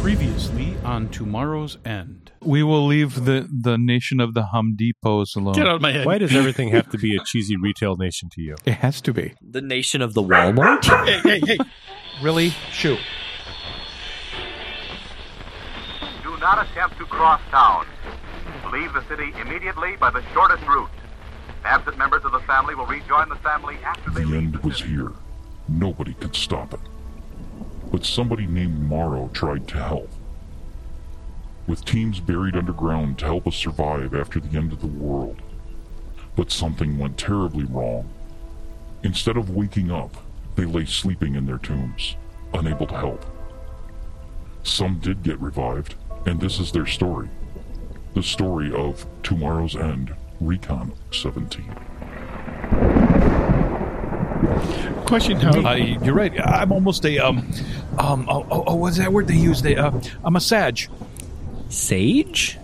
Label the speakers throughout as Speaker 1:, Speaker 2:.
Speaker 1: Previously on Tomorrow's End.
Speaker 2: We will leave the, the nation of the Home Depots alone.
Speaker 1: Get out of my head.
Speaker 3: Why does everything have to be a cheesy retail nation to you?
Speaker 2: It has to be.
Speaker 4: The nation of the Walmart?
Speaker 1: Hey, hey, hey.
Speaker 2: Really? Shoot.
Speaker 5: Do not attempt to cross town. Leave the city immediately by the shortest route. Absent members of the family will rejoin the family after they
Speaker 6: The
Speaker 5: leave
Speaker 6: end
Speaker 5: the
Speaker 6: was
Speaker 5: city.
Speaker 6: here. Nobody could stop it. But somebody named Morrow tried to help. With teams buried underground to help us survive after the end of the world. But something went terribly wrong. Instead of waking up, they lay sleeping in their tombs, unable to help. Some did get revived, and this is their story. The story of Tomorrow's End, Recon 17.
Speaker 1: Question how
Speaker 2: Uh, you're right. I'm almost a um, um. Oh, oh, oh what's that word they use? They uh, I'm a sage.
Speaker 4: Sage?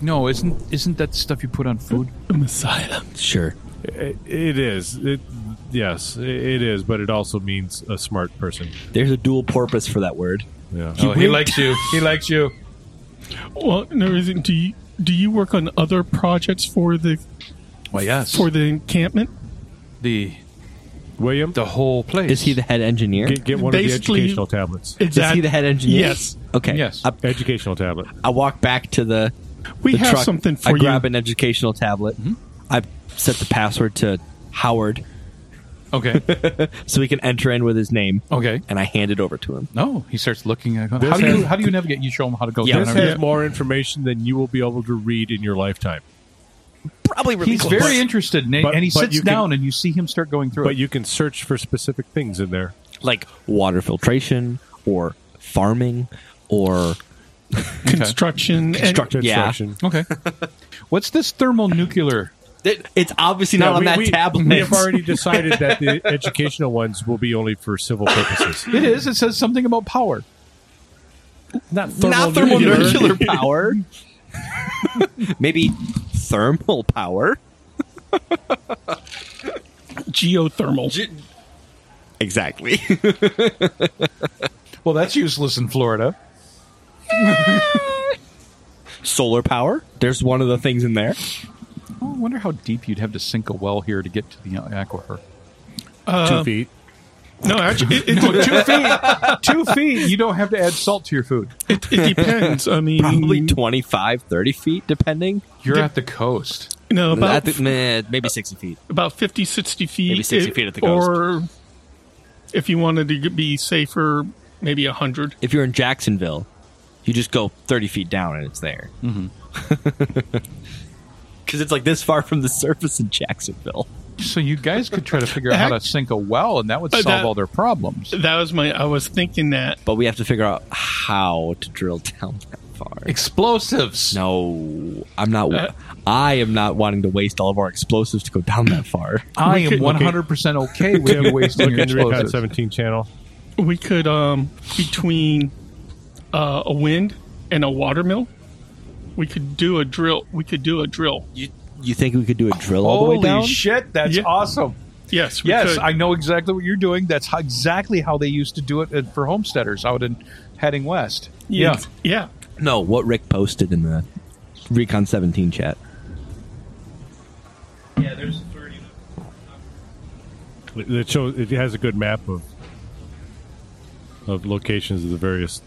Speaker 2: No, isn't isn't that stuff you put on food?
Speaker 1: Messiah.
Speaker 4: Sure.
Speaker 3: It, it is. It, yes, it, it is, but it also means a smart person.
Speaker 4: There's a dual purpose for that word.
Speaker 3: Yeah.
Speaker 2: Oh, he likes you. He likes you.
Speaker 1: Well, no reason. Do you do you work on other projects for the
Speaker 2: Well, yes.
Speaker 1: for the encampment?
Speaker 2: the
Speaker 3: William,
Speaker 2: the whole place.
Speaker 4: Is he the head engineer?
Speaker 3: get, get one of the
Speaker 1: Basically-
Speaker 3: educational tablets.
Speaker 1: Is
Speaker 4: Is he the head engineer?
Speaker 1: Yes.
Speaker 4: Okay.
Speaker 2: Yes.
Speaker 4: I,
Speaker 3: Educational tablet.
Speaker 4: I walk back to the,
Speaker 1: We
Speaker 4: the
Speaker 1: have
Speaker 4: truck.
Speaker 1: something for
Speaker 4: I
Speaker 1: you.
Speaker 4: grab an educational tablet. I set the password to Howard
Speaker 2: Okay.
Speaker 4: so he can enter in with his name,
Speaker 2: Okay.
Speaker 4: and I hand it over to him.
Speaker 2: No, he starts looking. At, how
Speaker 3: This
Speaker 2: do you
Speaker 3: has-
Speaker 2: how do you navigate? You show him how to go.
Speaker 4: Yeah,
Speaker 2: down
Speaker 3: This
Speaker 2: and
Speaker 3: has
Speaker 2: everything.
Speaker 3: more information than you will be able to read in your lifetime.
Speaker 4: Probably really
Speaker 2: He's
Speaker 4: close.
Speaker 2: very interested, in it,
Speaker 3: but-
Speaker 2: and he
Speaker 3: but
Speaker 2: sits
Speaker 3: you can-
Speaker 2: down, and you see him start going through
Speaker 3: But
Speaker 2: it.
Speaker 3: you can search for specific things in there.
Speaker 4: like water filtration or farming or
Speaker 1: construction.
Speaker 4: Construct-
Speaker 1: And,
Speaker 4: Yeah.
Speaker 3: Construction.
Speaker 2: okay. What's this thermonuclear?
Speaker 4: It- it's obviously not
Speaker 3: Yeah,
Speaker 4: on
Speaker 3: we-
Speaker 4: that
Speaker 3: we-
Speaker 4: tablet.
Speaker 3: We have already decided that the educational ones will be only for civil purposes.
Speaker 2: It is. It says something about power.
Speaker 3: Not
Speaker 4: not thermal nuclear power. Maybe thermal power.
Speaker 1: geothermal.
Speaker 4: Exactly.
Speaker 2: Well, that's useless in Florida.
Speaker 4: Solar power. There's one of the things in there.
Speaker 2: Oh, I wonder how deep you'd have to sink a well here to get to the uh, aquifer.
Speaker 3: Two feet.
Speaker 1: no, actually, it, it,
Speaker 2: two feet. Two feet. You don't have to add salt to your food.
Speaker 1: it, it depends. I mean,
Speaker 4: Probably 25, 30 feet, depending.
Speaker 2: You're at the coast.
Speaker 1: no, about
Speaker 4: At the- meh, maybe 60 feet.
Speaker 1: about 50, 60 feet.
Speaker 4: Maybe 60
Speaker 1: It-
Speaker 4: feet at the coast.
Speaker 1: Or if you wanted to be safer, maybe 100.
Speaker 4: If you're in Jacksonville, you just go 30 feet down and it's there. Because it's like this far from the surface in Jacksonville.
Speaker 2: So you guys could try to figure out how to sink a well, and that would
Speaker 1: Uh,
Speaker 2: solve
Speaker 1: that-
Speaker 2: all their problems.
Speaker 1: That was my, I was thinking that.
Speaker 4: But we have to figure out how to drill down that far.
Speaker 2: Explosives.
Speaker 4: No, I'm not. I am not wanting to waste all of our explosives to go down that far.
Speaker 2: I
Speaker 1: We
Speaker 2: am
Speaker 1: could-
Speaker 2: 100 percent okay with you wasting your
Speaker 3: Look into Recon
Speaker 2: explosives.
Speaker 3: 17 channel.
Speaker 1: We could, um, between uh, a wind and a watermill, we could do a drill. We could do a drill.
Speaker 4: You you think we could do a drill all the way down?
Speaker 2: Holy shit, that's
Speaker 1: Yeah.
Speaker 2: awesome!
Speaker 1: Yes, we
Speaker 2: Yes,
Speaker 1: could.
Speaker 2: I know exactly what you're doing. That's how, exactly how they used to do it uh, for homesteaders out in heading west. Yeah,
Speaker 1: yeah.
Speaker 4: no, what Rick posted in the Recon 17 chat.
Speaker 1: Yeah, there's 30.
Speaker 3: It shows it has a good map of of locations of the various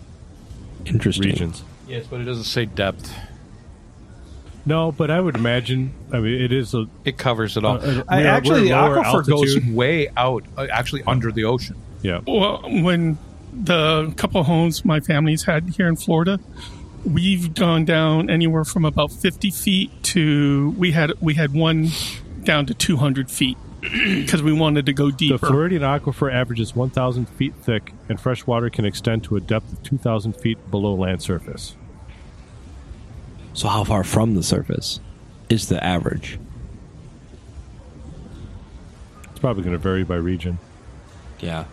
Speaker 4: Interesting.
Speaker 3: regions.
Speaker 2: yes, but it doesn't say depth.
Speaker 3: No, but I would imagine. I mean, it is a
Speaker 2: It covers it all.
Speaker 3: Uh, uh,
Speaker 2: I-
Speaker 3: we're-
Speaker 2: actually, the
Speaker 3: we're lower
Speaker 2: aquifer goes
Speaker 3: altitude.
Speaker 2: way out, uh, actually under the ocean.
Speaker 3: yeah.
Speaker 1: Well, when the couple homes my family's had here in Florida, we've gone down anywhere from about 50 feet to we had we had one down to 200 feet because we wanted to go
Speaker 3: The
Speaker 1: deeper.
Speaker 3: Floridian aquifer averages 1,000 feet thick, and fresh water can extend to a depth of 2,000 feet below land surface.
Speaker 4: So how far from the surface is the average?
Speaker 3: It's probably going to vary by region.
Speaker 4: Yeah.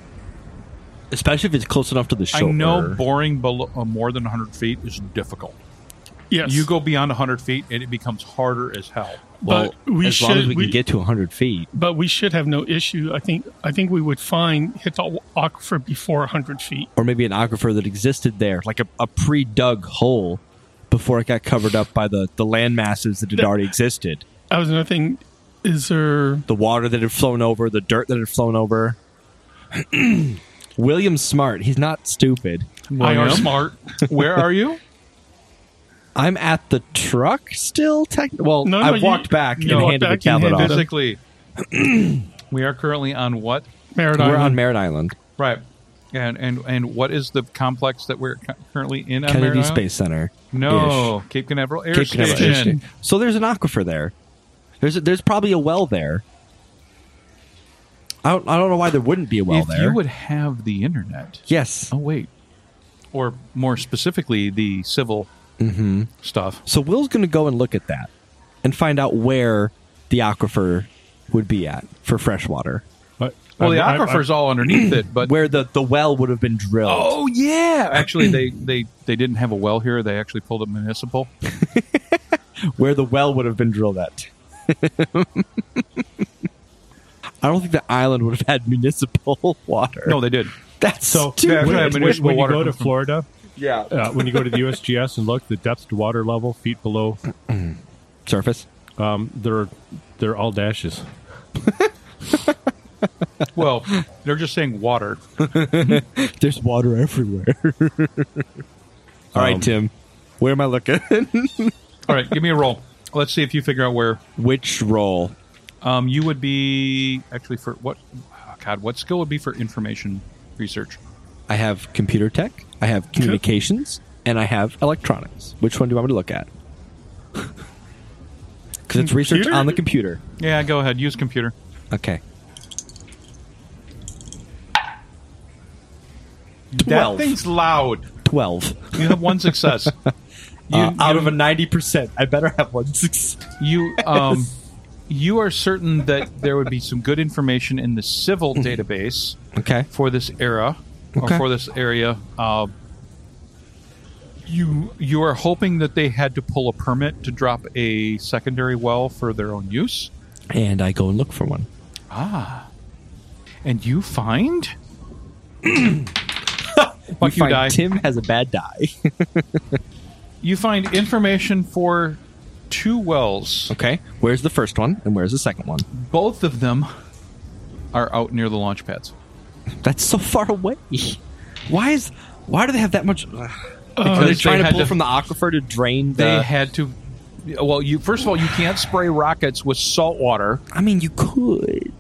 Speaker 4: Especially if it's close enough to the shore.
Speaker 2: I know boring below, uh, more than 100 feet is difficult.
Speaker 1: Yes.
Speaker 2: You go beyond 100 feet, and it becomes harder as hell.
Speaker 4: Well,
Speaker 1: But we
Speaker 4: as long as
Speaker 1: should-
Speaker 4: we,
Speaker 1: we-
Speaker 4: can get to 100 feet.
Speaker 1: but we should have no issue. I think I think we would find hit the aquifer before 100 feet.
Speaker 4: or maybe an aquifer that existed there, like a, a pre-dug hole before it got covered up by the, the land masses that had already existed.
Speaker 1: That was another thing. Is there?
Speaker 4: The water that had flown over, the dirt that had flown over. William's smart. He's not stupid.
Speaker 1: I are smart.
Speaker 2: Where are you?
Speaker 4: I'm at the truck still. Tech- well,
Speaker 1: No, no,
Speaker 4: I
Speaker 1: you-
Speaker 4: walked back
Speaker 1: you
Speaker 4: and
Speaker 1: walked
Speaker 4: handed the
Speaker 1: back, you
Speaker 4: tablet
Speaker 1: handed
Speaker 4: off.
Speaker 1: it-
Speaker 2: Physically, we are currently on what?
Speaker 1: Merritt
Speaker 4: We're on
Speaker 1: Island.
Speaker 4: Merritt Island,
Speaker 2: Right. And and and what is the complex that we're cu- currently in? On
Speaker 4: Kennedy
Speaker 2: Merritt Island?
Speaker 4: Space Center.
Speaker 2: No, Cape Canaveral Air
Speaker 4: Cape Canaveral Air
Speaker 2: Station.
Speaker 4: Station. So there's an aquifer there. There's a, there's probably a well there. I don't, I don't know why there wouldn't be a well
Speaker 2: if
Speaker 4: there.
Speaker 2: you would have the internet.
Speaker 4: yes.
Speaker 2: Oh wait, or more specifically, the civil
Speaker 4: Mm-hmm.
Speaker 2: stuff.
Speaker 4: So Will's going to go and look at that and find out where the aquifer would be at for fresh water,
Speaker 3: But-
Speaker 2: Well, the
Speaker 3: I- I-
Speaker 2: aquifer's all underneath it, but
Speaker 4: where the, the well would have been drilled.
Speaker 2: oh yeah, actually they they they didn't have a well here. They actually pulled a municipal. Oh.
Speaker 4: Where the well would have been drilled at. I don't think the island would have had municipal water.
Speaker 2: No, they did.
Speaker 4: that's
Speaker 3: So
Speaker 4: stupid.
Speaker 3: when,
Speaker 2: Yeah,
Speaker 3: when-
Speaker 2: municipal
Speaker 3: when you
Speaker 2: water
Speaker 3: go to
Speaker 2: comes from-
Speaker 3: Florida,
Speaker 4: yeah.
Speaker 3: uh, when you go to the USGS and look, the depth to water level feet below,
Speaker 4: Surface.
Speaker 3: um, they're they're all dashes.
Speaker 2: Well, they're just saying water.
Speaker 4: There's water everywhere. All right,
Speaker 3: Um,
Speaker 4: Tim. Where am I looking?
Speaker 2: All right, give me a roll. Let's see if you figure out where
Speaker 4: Which roll?
Speaker 2: um, you would be actually for what. oh, God, what skill would be for information research?
Speaker 4: I have computer tech, I have communications, and I have electronics. Which one do I want me to look at? Because it's research
Speaker 1: Computer?
Speaker 4: on the computer.
Speaker 2: Yeah, go ahead. Use computer.
Speaker 4: Okay.
Speaker 2: That
Speaker 4: Twelve.
Speaker 2: thing's loud.
Speaker 4: Twelve.
Speaker 2: You have one success. You-
Speaker 4: Uh, out
Speaker 2: you-
Speaker 4: of a ninety percent, I better have one six.
Speaker 2: You um, you are certain that there would be some good information in the civil database
Speaker 4: Okay.
Speaker 2: for this era or
Speaker 4: Mm-hmm. Okay.
Speaker 2: for this area. Uh, you you are hoping that they had to pull a permit to drop a secondary well for their own use,
Speaker 4: And I go and look for one.
Speaker 2: and you find. Fuck
Speaker 4: We
Speaker 2: you,
Speaker 4: find
Speaker 2: die.
Speaker 4: Tim has a bad die.
Speaker 2: You find information for two wells.
Speaker 4: okay. Where's the first one and where's the second one?
Speaker 2: Both of them are out near the launch pads.
Speaker 4: That's so far away. Why is? Why do they have that much?
Speaker 2: Because
Speaker 4: Are they
Speaker 2: Oh, they
Speaker 4: trying to
Speaker 2: had
Speaker 4: pull
Speaker 2: to-
Speaker 4: from the aquifer to drain the?
Speaker 2: they had to well you first of all you can't spray rockets with salt water
Speaker 4: I mean, you could.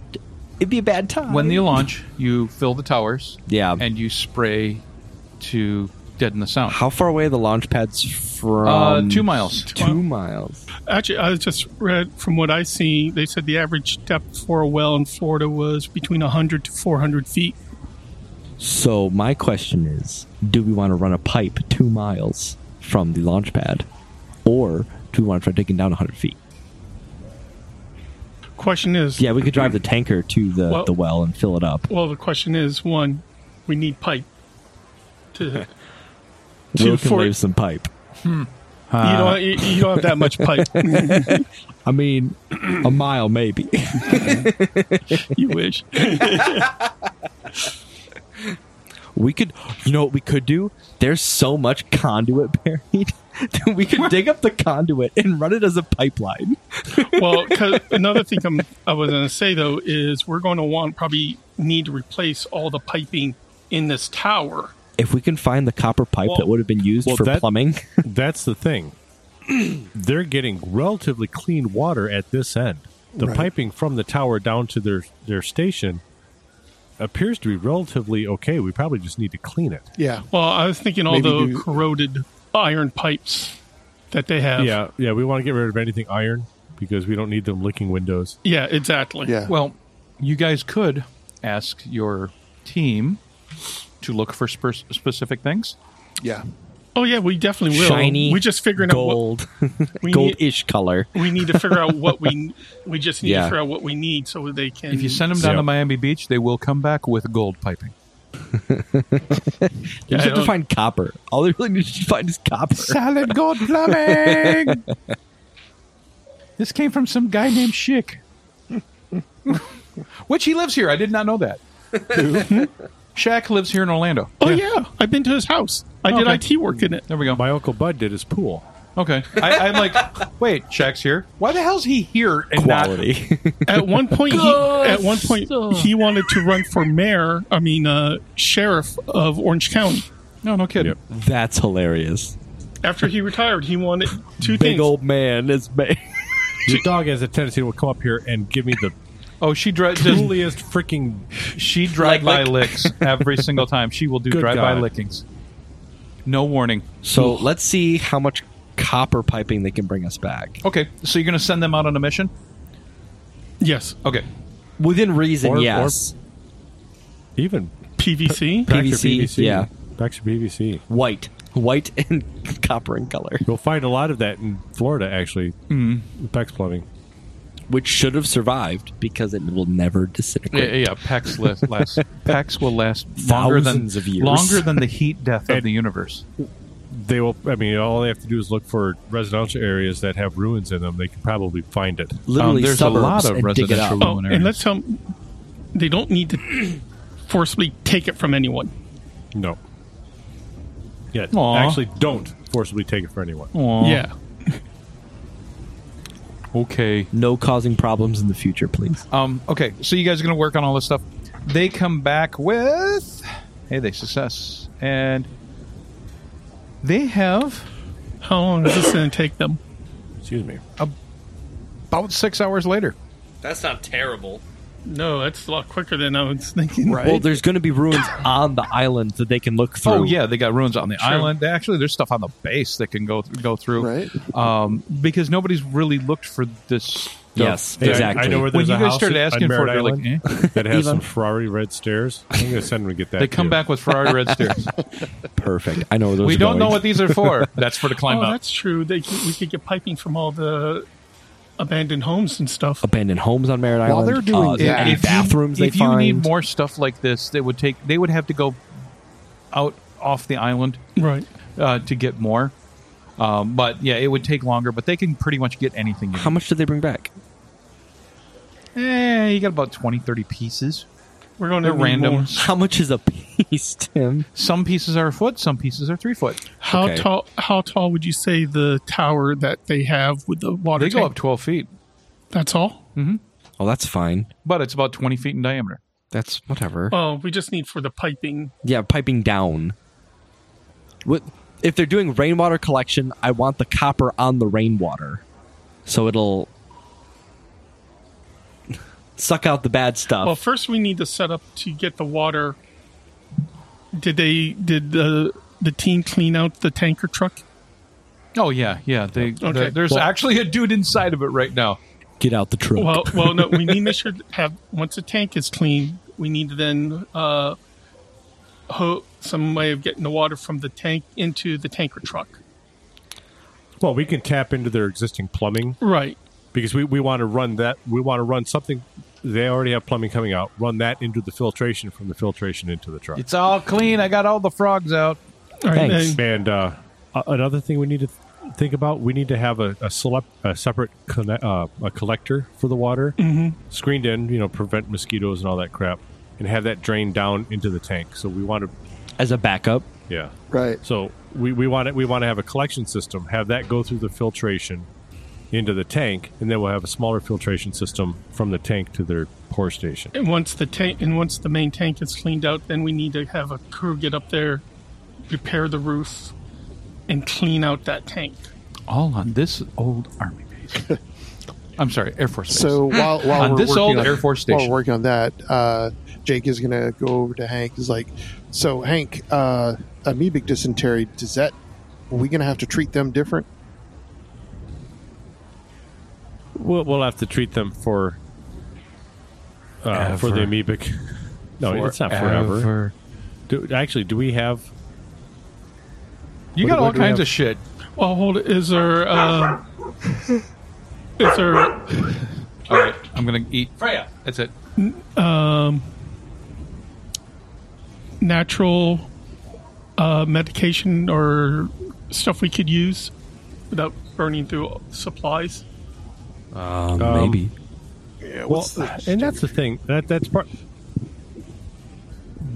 Speaker 4: It'd be a bad time.
Speaker 2: when you launch you fill the towers
Speaker 4: Yeah.
Speaker 2: and you spray to deaden the sound
Speaker 4: How far away are the launch pads from?
Speaker 2: uh, two miles
Speaker 4: Two miles.
Speaker 1: Actually, I just read from what I see. They said the average depth for a well in Florida was between 100 to 400 feet.
Speaker 4: So my question is: Do we want to run a pipe two miles from the launch pad, or do we want to try digging down 100 feet?
Speaker 1: Question is,
Speaker 4: Yeah, we could drive the tanker to the,
Speaker 1: Well-
Speaker 4: the well and fill it up.
Speaker 1: Well, the question is one, we need pipe. To, Two
Speaker 4: Will can
Speaker 1: for-
Speaker 4: wave some pipe.
Speaker 1: you
Speaker 4: Uh.
Speaker 1: don't you, you don't have that much pipe.
Speaker 4: I mean, a mile maybe.
Speaker 1: you wish.
Speaker 4: We could, you know, what we could do? There's so much conduit buried that we could dig up the conduit and run it as a pipeline.
Speaker 1: Well, 'cause another thing I'm, I was going to say though is we're going to want probably need to replace all the piping in this tower.
Speaker 4: If we can find the copper pipe
Speaker 3: Well-
Speaker 4: that would have been used
Speaker 3: well,
Speaker 4: for
Speaker 3: that-
Speaker 4: plumbing.
Speaker 3: That's the thing. They're getting relatively clean water at this end. The piping from the tower down to their their station appears to be relatively okay. We probably just need to clean it.
Speaker 7: Yeah.
Speaker 1: Well, I was thinking all
Speaker 7: Maybe
Speaker 1: the
Speaker 7: do-
Speaker 1: corroded iron pipes that they have.
Speaker 3: Yeah, yeah. We want to get rid of anything iron because we don't need them licking windows.
Speaker 1: Yeah, exactly.
Speaker 7: Yeah.
Speaker 2: well you guys could ask your team to look for sp- specific things
Speaker 7: yeah.
Speaker 1: Oh yeah, we definitely will.
Speaker 4: Shiny.
Speaker 1: We're just figuring
Speaker 4: gold,
Speaker 1: out what we
Speaker 4: gold
Speaker 1: need.
Speaker 4: ish color.
Speaker 1: We need to figure out what we we just need
Speaker 4: Yeah.
Speaker 1: to figure out what we need so they can.
Speaker 2: if you send them down
Speaker 3: Yeah.
Speaker 2: to miami beach they will come back with gold piping
Speaker 4: They just
Speaker 1: I
Speaker 4: have to
Speaker 1: don't-
Speaker 4: find copper. All they really need to find is copper.
Speaker 2: Solid gold plumbing. this came from some guy named Schick. Which he lives here. I did not know that. Shaq lives here in Orlando.
Speaker 1: Oh yeah. I've been to his house. I did
Speaker 2: Okay.
Speaker 1: IT work in it.
Speaker 2: There we go.
Speaker 3: My uncle Bud did his pool.
Speaker 2: Okay. I, I'm like, wait, Shaq's here. Why the hell's he here and not?
Speaker 4: Quality.
Speaker 1: At one point, he, at one point he wanted to run for mayor. I mean, uh, sheriff of Orange County.
Speaker 2: No, no kidding.
Speaker 3: Yep.
Speaker 4: That's hilarious.
Speaker 1: After he retired, he wanted two
Speaker 4: Big
Speaker 1: things.
Speaker 4: old man is big.
Speaker 3: Your dog has a tendency to come up here and give me the
Speaker 2: Oh, she dri- does
Speaker 3: coolest freaking.
Speaker 2: She drive by
Speaker 4: lick.
Speaker 2: licks every single time. She will do
Speaker 3: Good
Speaker 2: drive by
Speaker 3: God.
Speaker 2: lickings. No warning.
Speaker 4: So let's see how much copper piping they can bring us back
Speaker 2: Okay, so you're going to send them out on a mission?
Speaker 1: Yes,
Speaker 2: Okay.
Speaker 4: within reason.
Speaker 3: Or- or-
Speaker 4: yes,
Speaker 3: Even
Speaker 1: PVC.
Speaker 3: Baxter
Speaker 4: PVC, yeah.
Speaker 3: Baxter PVC.
Speaker 4: white, white, and copper in color,
Speaker 3: You'll find a lot of that in Florida, actually. Mm. Bex plumbing.
Speaker 4: which should have survived because it will never disintegrate.
Speaker 2: Yeah, yeah Pax last, last Pax will last longer than
Speaker 4: Thousands of years.
Speaker 2: longer than the heat death of the universe.
Speaker 3: They will. I mean, all they have to do is look for residential areas that have ruins in them. They can probably find it.
Speaker 2: Um,
Speaker 4: Literally,
Speaker 2: there's a
Speaker 4: suburbs
Speaker 2: lot of
Speaker 4: and dig it
Speaker 2: residential
Speaker 4: up.
Speaker 1: Oh,
Speaker 2: Luminaries.
Speaker 1: and let's tell 'em they don't need to forcibly take it from anyone.
Speaker 3: No. Yeah.
Speaker 2: Aw.
Speaker 3: Actually, don't forcibly take it for anyone.
Speaker 2: Aw,
Speaker 1: Yeah,
Speaker 2: Okay.
Speaker 4: No causing problems in the future, please.
Speaker 2: Um, okay. So you guys are going to work on all this stuff. They come back with hey, they success and they have
Speaker 1: how long is this going to take them?
Speaker 3: Excuse me.
Speaker 2: about six hours later.
Speaker 7: That's not terrible.
Speaker 1: No, that's a lot quicker than I was thinking. Right.
Speaker 4: Well, there's going to be ruins on the island that they can look through.
Speaker 2: Oh yeah, they got ruins on the island. They, actually, there's stuff on the base that can go go through,
Speaker 8: Right.
Speaker 2: Um, because nobody's really looked for this. Stuff.
Speaker 4: Yes,
Speaker 3: Yeah, I-
Speaker 4: exactly.
Speaker 3: I know where
Speaker 2: When
Speaker 3: there's
Speaker 2: you
Speaker 3: a
Speaker 2: guys
Speaker 3: house
Speaker 2: started
Speaker 3: on
Speaker 2: asking for
Speaker 3: Merritt
Speaker 2: it, you're like, "Eh,
Speaker 3: Island that has some Ferrari red stairs. I'm going to send them to get that.
Speaker 2: They come
Speaker 3: too.
Speaker 2: back with Ferrari red stairs.
Speaker 4: perfect. I know where those
Speaker 2: we
Speaker 4: are
Speaker 2: don't know
Speaker 4: going.
Speaker 2: what these are for. That's for to climb
Speaker 1: Oh,
Speaker 2: up.
Speaker 1: that's true. They could, we could get piping from all the abandoned homes and stuff.
Speaker 4: abandoned homes on Merritt
Speaker 8: While
Speaker 4: Island.
Speaker 8: they're doing
Speaker 4: uh,
Speaker 8: that-
Speaker 4: any
Speaker 2: if you-
Speaker 4: bathrooms they
Speaker 2: if you
Speaker 4: find.
Speaker 2: need more stuff like this, they would take. They would have to go out off the island
Speaker 1: Right.
Speaker 2: uh, to get more. Um, but yeah, it would take longer. But they can pretty much get anything. You
Speaker 4: How much did they bring back?
Speaker 2: need. Eh, you got about 20, 30 pieces.
Speaker 1: We're going to
Speaker 2: They're
Speaker 1: need more.
Speaker 2: random.
Speaker 4: How much is a piece, Tim?
Speaker 2: Some pieces are a foot. Some pieces are three foot.
Speaker 1: How
Speaker 4: Okay.
Speaker 1: tall? How tall would you say the tower that they have with the water?
Speaker 2: They go
Speaker 1: tank-
Speaker 2: up 12 feet,
Speaker 1: That's all.
Speaker 4: Oh, that's fine.
Speaker 2: but it's about 20 feet in diameter.
Speaker 4: That's whatever.
Speaker 1: Oh, we just need for the piping.
Speaker 4: Yeah, piping down. What if they're doing rainwater collection? I want the copper on the rainwater, so it'll suck out the bad stuff.
Speaker 1: Well, first we need to set up to get the water. Did they? Did the the team clean out the tanker truck?
Speaker 2: Oh, yeah, yeah. They, the- there's
Speaker 1: Well-
Speaker 2: actually a dude inside of it right now.
Speaker 4: Get out the truck.
Speaker 1: Well, well, no. We need to make sure to have once the tank is clean, we need to then uh, ho- some way of getting the water from the tank into the tanker truck.
Speaker 3: Well, we can tap into their existing plumbing
Speaker 1: Right.
Speaker 3: because we, we want to run that. We want to run something. They already have plumbing coming out. Run that into the filtration from the filtration into the truck.
Speaker 2: It's all clean. I got all the frogs out.
Speaker 1: All right.
Speaker 4: Thanks.
Speaker 1: and-
Speaker 3: And uh, a- another thing we need to th- think about: we need to have a, a, selep- a separate conne- uh, a collector for the water, screened in, you know, prevent mosquitoes and all that crap, and have that drain down into the tank. So we want to,
Speaker 4: As a backup,
Speaker 3: yeah.
Speaker 8: Right.
Speaker 3: So we, we want it. We want to have a collection system. Have that go through the filtration into the tank, and then we'll have a smaller filtration system from the tank to their pour station.
Speaker 1: And once the tank and once the main tank is cleaned out, then we need to have a crew get up there, repair the roof, and clean out that tank.
Speaker 2: All on this old army base. I'm sorry, Air Force Base.
Speaker 8: So while while
Speaker 2: Hmm. On
Speaker 8: we're
Speaker 2: this
Speaker 8: working
Speaker 2: old
Speaker 8: on,
Speaker 2: Air Force
Speaker 8: while
Speaker 2: station.
Speaker 8: we're working on that, uh, Jake is gonna go over to Hank. He's like, "So Hank, uh, amoebic dysentery. Does that? Are we gonna have to treat them different?
Speaker 3: We'll, we'll have to treat them for uh, for the
Speaker 2: Ever.
Speaker 3: amoebic. No, it's not forever.
Speaker 2: Forever.
Speaker 3: Do, actually, do we have?
Speaker 2: You
Speaker 8: What
Speaker 2: got
Speaker 8: do-
Speaker 2: all
Speaker 8: what do we
Speaker 2: kinds
Speaker 8: have?
Speaker 2: of shit.
Speaker 1: Well, hold. it. Is there? Uh, is there?
Speaker 2: All right, I'm going to eat. Freya. That's it.
Speaker 1: natural uh, medication or stuff we could use without burning through supplies?
Speaker 4: Um, maybe.
Speaker 3: well, and that's the thing. That that's part.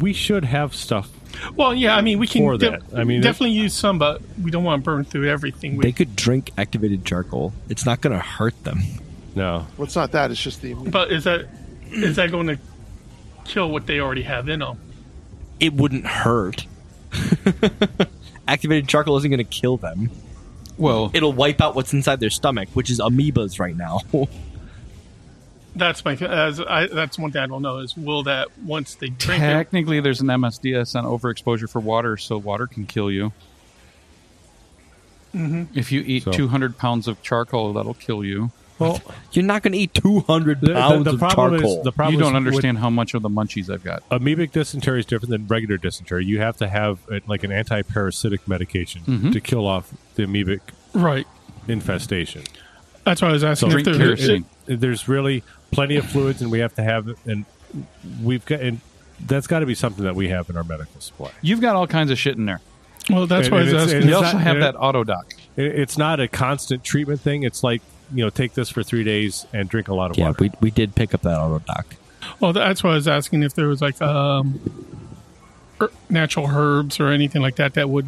Speaker 3: We should have stuff.
Speaker 1: Well, yeah, I mean, we can
Speaker 3: For that, I mean,
Speaker 1: definitely use some, but we don't want to burn through everything. We,
Speaker 4: They could drink activated charcoal. It's not going to hurt them.
Speaker 3: No,
Speaker 8: Well, it's not that. It's just the. immune-
Speaker 1: but is that is that going to kill what they already have in them?
Speaker 4: It wouldn't hurt. activated charcoal isn't going to kill them.
Speaker 2: Well,
Speaker 4: It'll wipe out what's inside their stomach, which is amoebas right now.
Speaker 1: That's my as I, that's one thing I don't know is will that once they drink it,
Speaker 2: technically, there's an MSDS on overexposure for water, so water can kill you. If you eat
Speaker 3: So-
Speaker 2: 200 pounds of charcoal, that'll kill you.
Speaker 3: well,
Speaker 4: You're not going to eat 200
Speaker 3: the,
Speaker 4: pounds
Speaker 3: the, the
Speaker 4: of
Speaker 3: problem
Speaker 4: charcoal.
Speaker 3: is the problem.
Speaker 2: you
Speaker 3: is
Speaker 2: don't
Speaker 3: with-
Speaker 2: understand how much of the munchies I've got.
Speaker 3: amoebic dysentery is different than regular dysentery. You have to have uh, like an anti-parasitic medication
Speaker 2: Mm-hmm.
Speaker 3: to kill off the amoebic
Speaker 1: right?
Speaker 3: infestation.
Speaker 1: That's what I was asking.
Speaker 2: Drink
Speaker 1: if there-
Speaker 2: kerosene.
Speaker 3: There's really plenty of fluids, and we have to have, and we've got, and that's got to be something that we have in our medical supply.
Speaker 2: You've got all kinds of shit in there.
Speaker 1: well, that's
Speaker 3: It-
Speaker 1: what I was
Speaker 3: it's-
Speaker 1: asking.
Speaker 3: it's
Speaker 2: You also
Speaker 3: not-
Speaker 2: have
Speaker 3: it-
Speaker 2: that auto doc.
Speaker 3: It, it's not a constant treatment thing. It's like you know, take this for three days and drink a lot of
Speaker 4: yeah,
Speaker 3: water.
Speaker 4: we, we did pick up that auto doc.
Speaker 1: Well, that's why I was asking if there was like um, er- natural herbs or anything like that that would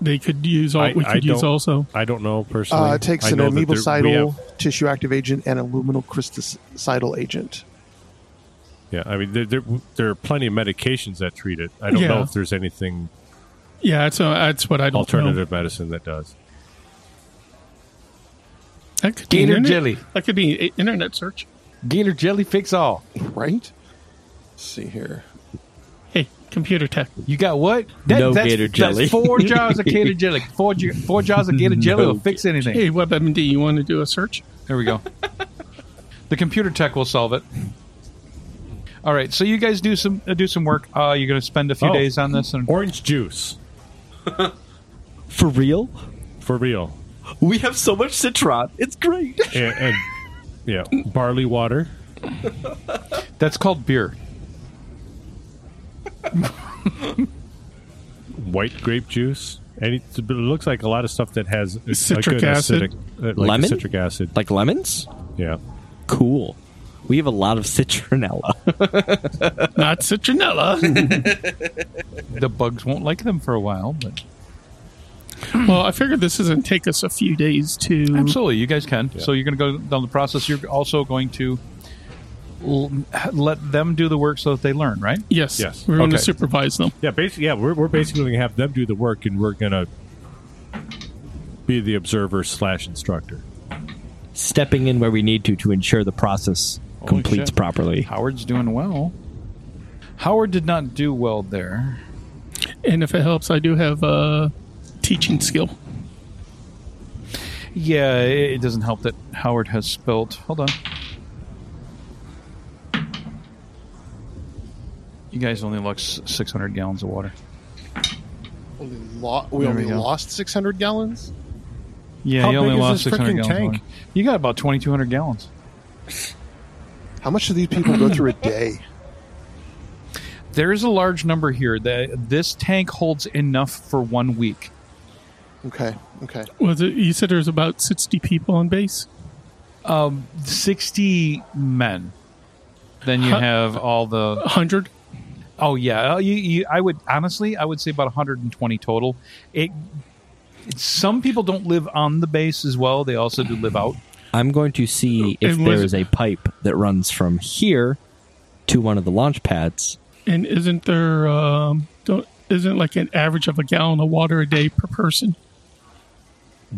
Speaker 1: they could use. All
Speaker 3: I-
Speaker 1: we
Speaker 3: I
Speaker 1: could use
Speaker 3: don't-
Speaker 1: also.
Speaker 3: I don't know personally.
Speaker 8: Uh, it takes
Speaker 3: I
Speaker 8: an
Speaker 3: know that there- we
Speaker 8: amoebocidal
Speaker 3: have-
Speaker 8: tissue active agent and a luminal crystallocidal agent.
Speaker 3: Yeah, I mean, there, there there are plenty of medications that treat it. I don't
Speaker 1: Yeah.
Speaker 3: know if there's anything
Speaker 1: Yeah, that's uh, that's what I don't
Speaker 3: alternative medicine that does.
Speaker 1: know. That could
Speaker 2: Gator
Speaker 1: internet-
Speaker 2: jelly.
Speaker 1: That could be i- internet search.
Speaker 2: Gator jelly fix all.
Speaker 8: Right? Let's see here.
Speaker 1: Hey, computer tech.
Speaker 2: You got what?
Speaker 4: No gator jelly.
Speaker 2: That's four jars of gator jelly. Four, j- four jars of gator jelly will fix anything.
Speaker 1: Hey, WebMD, you want to do a search?
Speaker 2: There we go. the computer tech will solve it. All right, so you guys do some uh, do some work. Uh, you're going to spend a few
Speaker 3: Oh.
Speaker 2: days on this, and
Speaker 3: Orange juice
Speaker 4: For real?
Speaker 3: for real,
Speaker 4: We have so much citron. It's great.
Speaker 3: and, and yeah, barley water.
Speaker 2: that's called beer.
Speaker 3: white grape juice. And it it looks like a lot of stuff that has a- a
Speaker 1: Citric
Speaker 3: good
Speaker 1: acid.
Speaker 3: acidic- uh, like
Speaker 4: Lemon?
Speaker 3: citric acid.
Speaker 4: Like lemons?
Speaker 3: Yeah,
Speaker 4: Cool. We have a lot of citronella.
Speaker 1: Not citronella.
Speaker 2: The bugs won't like them for a while, but
Speaker 1: well, I figured this is going to take us a few days to.
Speaker 2: absolutely, you guys can. So you're going to go down the process. You're also going to l- let them do the work so that they learn, right?
Speaker 1: Yes.
Speaker 3: Yes.
Speaker 1: We're going to
Speaker 2: Okay.
Speaker 1: supervise them.
Speaker 3: yeah. Basically, yeah, we're we're basically gonna have them do the work, and we're gonna be the observer slash instructor.
Speaker 4: Stepping in where we need to to ensure the process completes
Speaker 2: shit.
Speaker 4: properly.
Speaker 2: Howard's doing well. Howard did not do well there.
Speaker 1: And if it helps, I do have a teaching skill.
Speaker 2: Yeah, it it doesn't help that Howard has spelt. Hold on. You guys only lost 600 gallons of water.
Speaker 8: Only lo- we
Speaker 2: There we
Speaker 8: only
Speaker 2: go.
Speaker 8: lost 600 gallons?
Speaker 2: Yeah,
Speaker 3: How
Speaker 2: you only
Speaker 3: big is
Speaker 2: lost
Speaker 3: this
Speaker 2: 600
Speaker 3: freaking
Speaker 2: gallons. of
Speaker 3: tank?
Speaker 2: water. You got about 2,200 gallons.
Speaker 8: How much do these people go through a day?
Speaker 2: There is a large number here. That this tank holds enough for one week.
Speaker 8: Okay, okay.
Speaker 1: Was it? You said there's about sixty people on base.
Speaker 2: 60 men. Then you
Speaker 1: Huh.
Speaker 2: have all the
Speaker 1: hundred.
Speaker 2: Oh yeah, Uh, you, you, I would honestly, I would say about 120 total. It, it- some people don't live on the base as well; they also do live out.
Speaker 4: I'm going to see if
Speaker 1: It was-
Speaker 4: there is a pipe that runs from here to one of the launch pads.
Speaker 1: And isn't there um, don't isn't like an average of a gallon of water a day per person?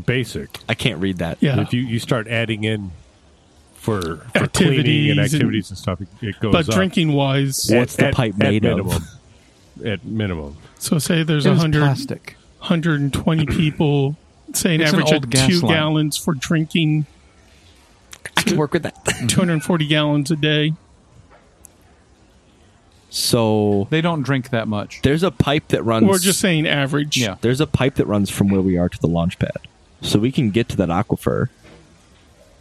Speaker 3: Basic.
Speaker 4: I can't read that.
Speaker 1: Yeah.
Speaker 3: If you, you start adding in for, for
Speaker 1: Activities
Speaker 3: cleaning and
Speaker 1: and-
Speaker 3: activities and, stuff, it, it goes.
Speaker 1: But
Speaker 3: up.
Speaker 1: drinking wise,
Speaker 4: What's the pipe made of?
Speaker 3: minimum. At minimum,
Speaker 1: so say there's
Speaker 2: It is
Speaker 1: 100,
Speaker 2: plastic.
Speaker 1: 120 people, say an
Speaker 2: It's an
Speaker 1: average
Speaker 2: old
Speaker 1: of
Speaker 2: gas
Speaker 1: two
Speaker 2: line.
Speaker 1: gallons for drinking,
Speaker 4: I can work with
Speaker 2: Mm-hmm.
Speaker 4: that.
Speaker 1: two hundred forty gallons a day.
Speaker 4: So
Speaker 2: They don't drink that much.
Speaker 4: there's a pipe that runs.
Speaker 1: We're just saying average.
Speaker 2: Yeah.
Speaker 4: There's a pipe that runs from where we are to the launch pad. So we can get to that aquifer,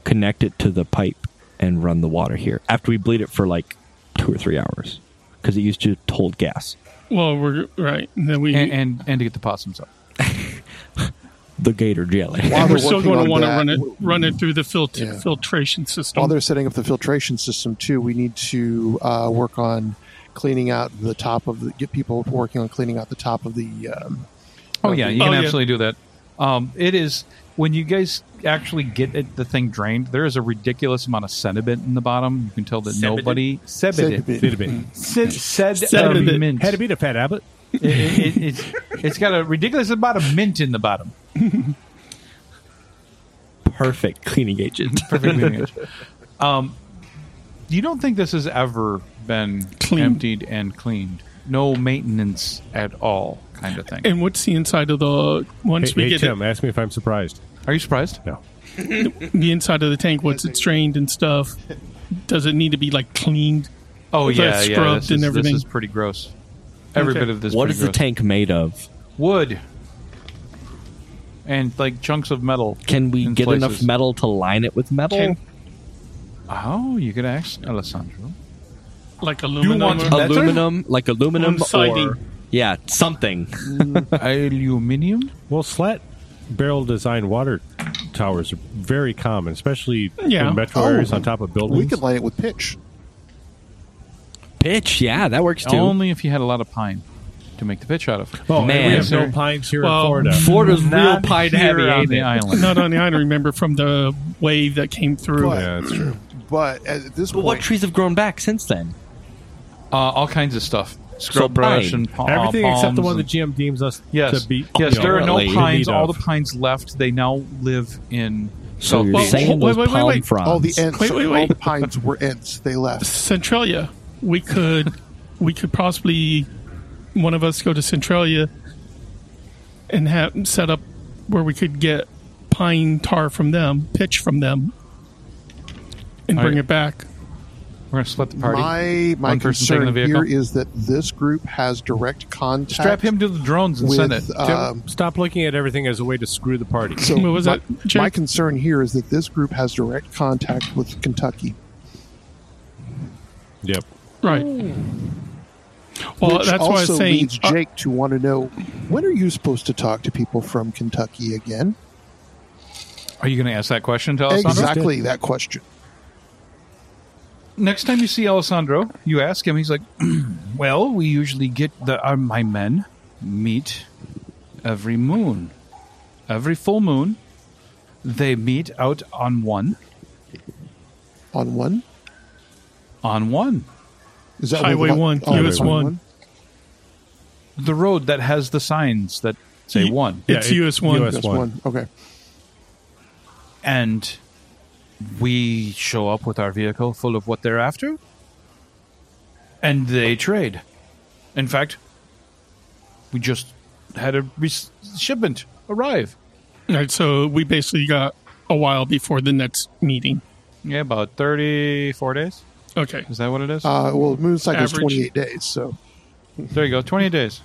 Speaker 4: connect it to the pipe, and run the water here after we bleed it for like two or three hours because it used to hold gas.
Speaker 1: Well, we're right. And then we
Speaker 2: and and, and to get the possums up.
Speaker 4: The gator jelly.
Speaker 8: While
Speaker 1: we're
Speaker 8: they're
Speaker 1: still
Speaker 8: working
Speaker 1: going
Speaker 8: on
Speaker 1: to want to
Speaker 8: that,
Speaker 1: run it run it through the filter,
Speaker 8: Yeah.
Speaker 1: filtration system.
Speaker 2: Um,
Speaker 8: While they're setting up the filtration system too, we need to uh, work on cleaning out the top of the get people working on cleaning out the top of the. Um,
Speaker 2: Oh yeah, you
Speaker 1: Oh,
Speaker 2: can
Speaker 1: yeah.
Speaker 2: absolutely do that. Um, it is when you guys actually get it, the thing drained. There is a ridiculous amount of sediment in the bottom. You can tell that
Speaker 7: Sediment?
Speaker 2: nobody sediment
Speaker 3: Did a bit.
Speaker 2: Sed-
Speaker 1: Sediment.
Speaker 2: sediment.
Speaker 3: Had to beat a fat Abbott.
Speaker 2: It- it- it's, it's got a ridiculous amount of mint in the bottom.
Speaker 4: Perfect cleaning agent.
Speaker 2: Perfect lineage. Um, you don't think this has ever been
Speaker 1: Cleaned.
Speaker 2: emptied and cleaned? No maintenance at all, kind of thing.
Speaker 1: and what's the inside of the once
Speaker 3: Hey,
Speaker 1: we
Speaker 3: hey,
Speaker 1: get
Speaker 3: Tim, ask me if I'm surprised.
Speaker 2: Are you surprised?
Speaker 3: No.
Speaker 1: it, the inside of the tank once it's drained and stuff? Does it need to be like cleaned?
Speaker 2: Oh
Speaker 1: It's like
Speaker 2: yeah, yeah.
Speaker 1: scrubbed
Speaker 2: This
Speaker 1: and
Speaker 2: is, this
Speaker 1: everything.
Speaker 2: is pretty gross. Every
Speaker 1: Okay.
Speaker 2: bit of this.
Speaker 4: what
Speaker 2: pretty
Speaker 4: is the
Speaker 2: gross.
Speaker 4: tank made of?
Speaker 2: Wood. And like chunks of metal.
Speaker 4: Can we
Speaker 2: in
Speaker 4: get enough
Speaker 2: places.
Speaker 4: metal to line it with metal?
Speaker 1: Can-
Speaker 2: Oh, you could ask Alessandro.
Speaker 1: Like
Speaker 2: want
Speaker 1: aluminum?
Speaker 2: to-
Speaker 1: or-
Speaker 2: Metal?
Speaker 4: aluminum, like aluminum
Speaker 1: On siding.
Speaker 4: or yeah, something.
Speaker 2: Aluminium.
Speaker 3: Well, slat barrel design water towers are very common, especially
Speaker 1: Yeah.
Speaker 3: in metro
Speaker 8: Oh.
Speaker 3: areas on top of buildings.
Speaker 8: we could line it with pitch.
Speaker 4: Pitch, yeah, that works too.
Speaker 2: Only if you had a lot of pine to make the pitch out of.
Speaker 3: oh, and
Speaker 4: Man.
Speaker 3: we have
Speaker 2: Sorry.
Speaker 3: no pines here
Speaker 1: Well,
Speaker 3: in Florida.
Speaker 4: Mm-hmm. Florida's real
Speaker 2: Not
Speaker 4: pine
Speaker 2: here
Speaker 4: heavy.
Speaker 2: on
Speaker 4: ain't
Speaker 2: the
Speaker 4: it?
Speaker 2: island.
Speaker 1: Not on the island. Remember from the wave that came through.
Speaker 8: But,
Speaker 3: Yeah, that's true.
Speaker 8: but at this
Speaker 4: But
Speaker 8: point,
Speaker 4: what trees have grown back since then?
Speaker 2: Uh, all kinds of stuff. Scrub brush
Speaker 4: pine.
Speaker 2: and pa- uh,
Speaker 3: Everything except the
Speaker 2: palms
Speaker 3: one the
Speaker 2: and-
Speaker 3: GM deems us
Speaker 2: Yes,
Speaker 3: to be.
Speaker 2: yes.
Speaker 3: you
Speaker 2: There are
Speaker 3: know,
Speaker 2: no
Speaker 4: Really?
Speaker 2: pines.
Speaker 3: in need
Speaker 2: All the
Speaker 3: of.
Speaker 2: pines left. They now live in
Speaker 4: So
Speaker 2: South
Speaker 4: you're
Speaker 1: Well,
Speaker 2: Beach.
Speaker 4: saying
Speaker 1: wait,
Speaker 4: those
Speaker 1: wait, wait,
Speaker 4: palm
Speaker 1: wait.
Speaker 4: fronds?
Speaker 8: all the ends,
Speaker 1: Wait, wait,
Speaker 8: all
Speaker 1: wait.
Speaker 8: the pines were ends. They left.
Speaker 1: Centralia. We could we could possibly one of us go to Centralia and have set up where we could get pine tar from them, pitch from them, and
Speaker 2: All
Speaker 1: bring
Speaker 2: right.
Speaker 1: it back.
Speaker 2: We're gonna split the party.
Speaker 8: My my
Speaker 2: One person taking
Speaker 8: concern
Speaker 2: the
Speaker 8: here
Speaker 2: vehicle.
Speaker 8: is that this group has direct contact.
Speaker 2: Strap him to the drones and send it.
Speaker 8: with um,
Speaker 3: Tim, stop looking at everything as a way to screw the party.
Speaker 8: So
Speaker 1: What was
Speaker 8: my,
Speaker 1: that, Jake?
Speaker 8: my concern here is that this group has direct contact with Kentucky.
Speaker 3: Yep.
Speaker 1: Right. Well,
Speaker 8: Hmm. which
Speaker 1: that's
Speaker 8: also
Speaker 1: why I was saying.
Speaker 8: leads
Speaker 1: uh,
Speaker 8: Jake to want to know when are you supposed to talk to people from Kentucky again?
Speaker 2: Are you going to ask that question to
Speaker 1: Oh,
Speaker 2: Alessandro?
Speaker 8: Exactly that question.
Speaker 2: Next time you see Alessandro, you ask him. He's like, "Well, we usually get the uh, my men meet every moon, every full moon. They meet out on one,
Speaker 8: On one
Speaker 2: on one,
Speaker 8: is that
Speaker 1: Highway
Speaker 8: what-
Speaker 1: one,
Speaker 8: oh,
Speaker 1: US one.
Speaker 2: the road that has the signs that say
Speaker 1: Ye-
Speaker 2: one,
Speaker 1: It's
Speaker 3: Yeah, it-
Speaker 1: US one.
Speaker 3: US
Speaker 8: That's one. Okay.
Speaker 2: and we show up with our vehicle full of what they're after, and they trade. In fact, we just had a re- shipment arrive."
Speaker 1: Right, so we basically got a while before the next meeting.
Speaker 2: Yeah, about 34 days.
Speaker 1: Okay.
Speaker 2: Is that what it is?
Speaker 8: Uh, well, moon cycle is
Speaker 1: Average.
Speaker 8: 28 days, so
Speaker 2: there you go. 28 days.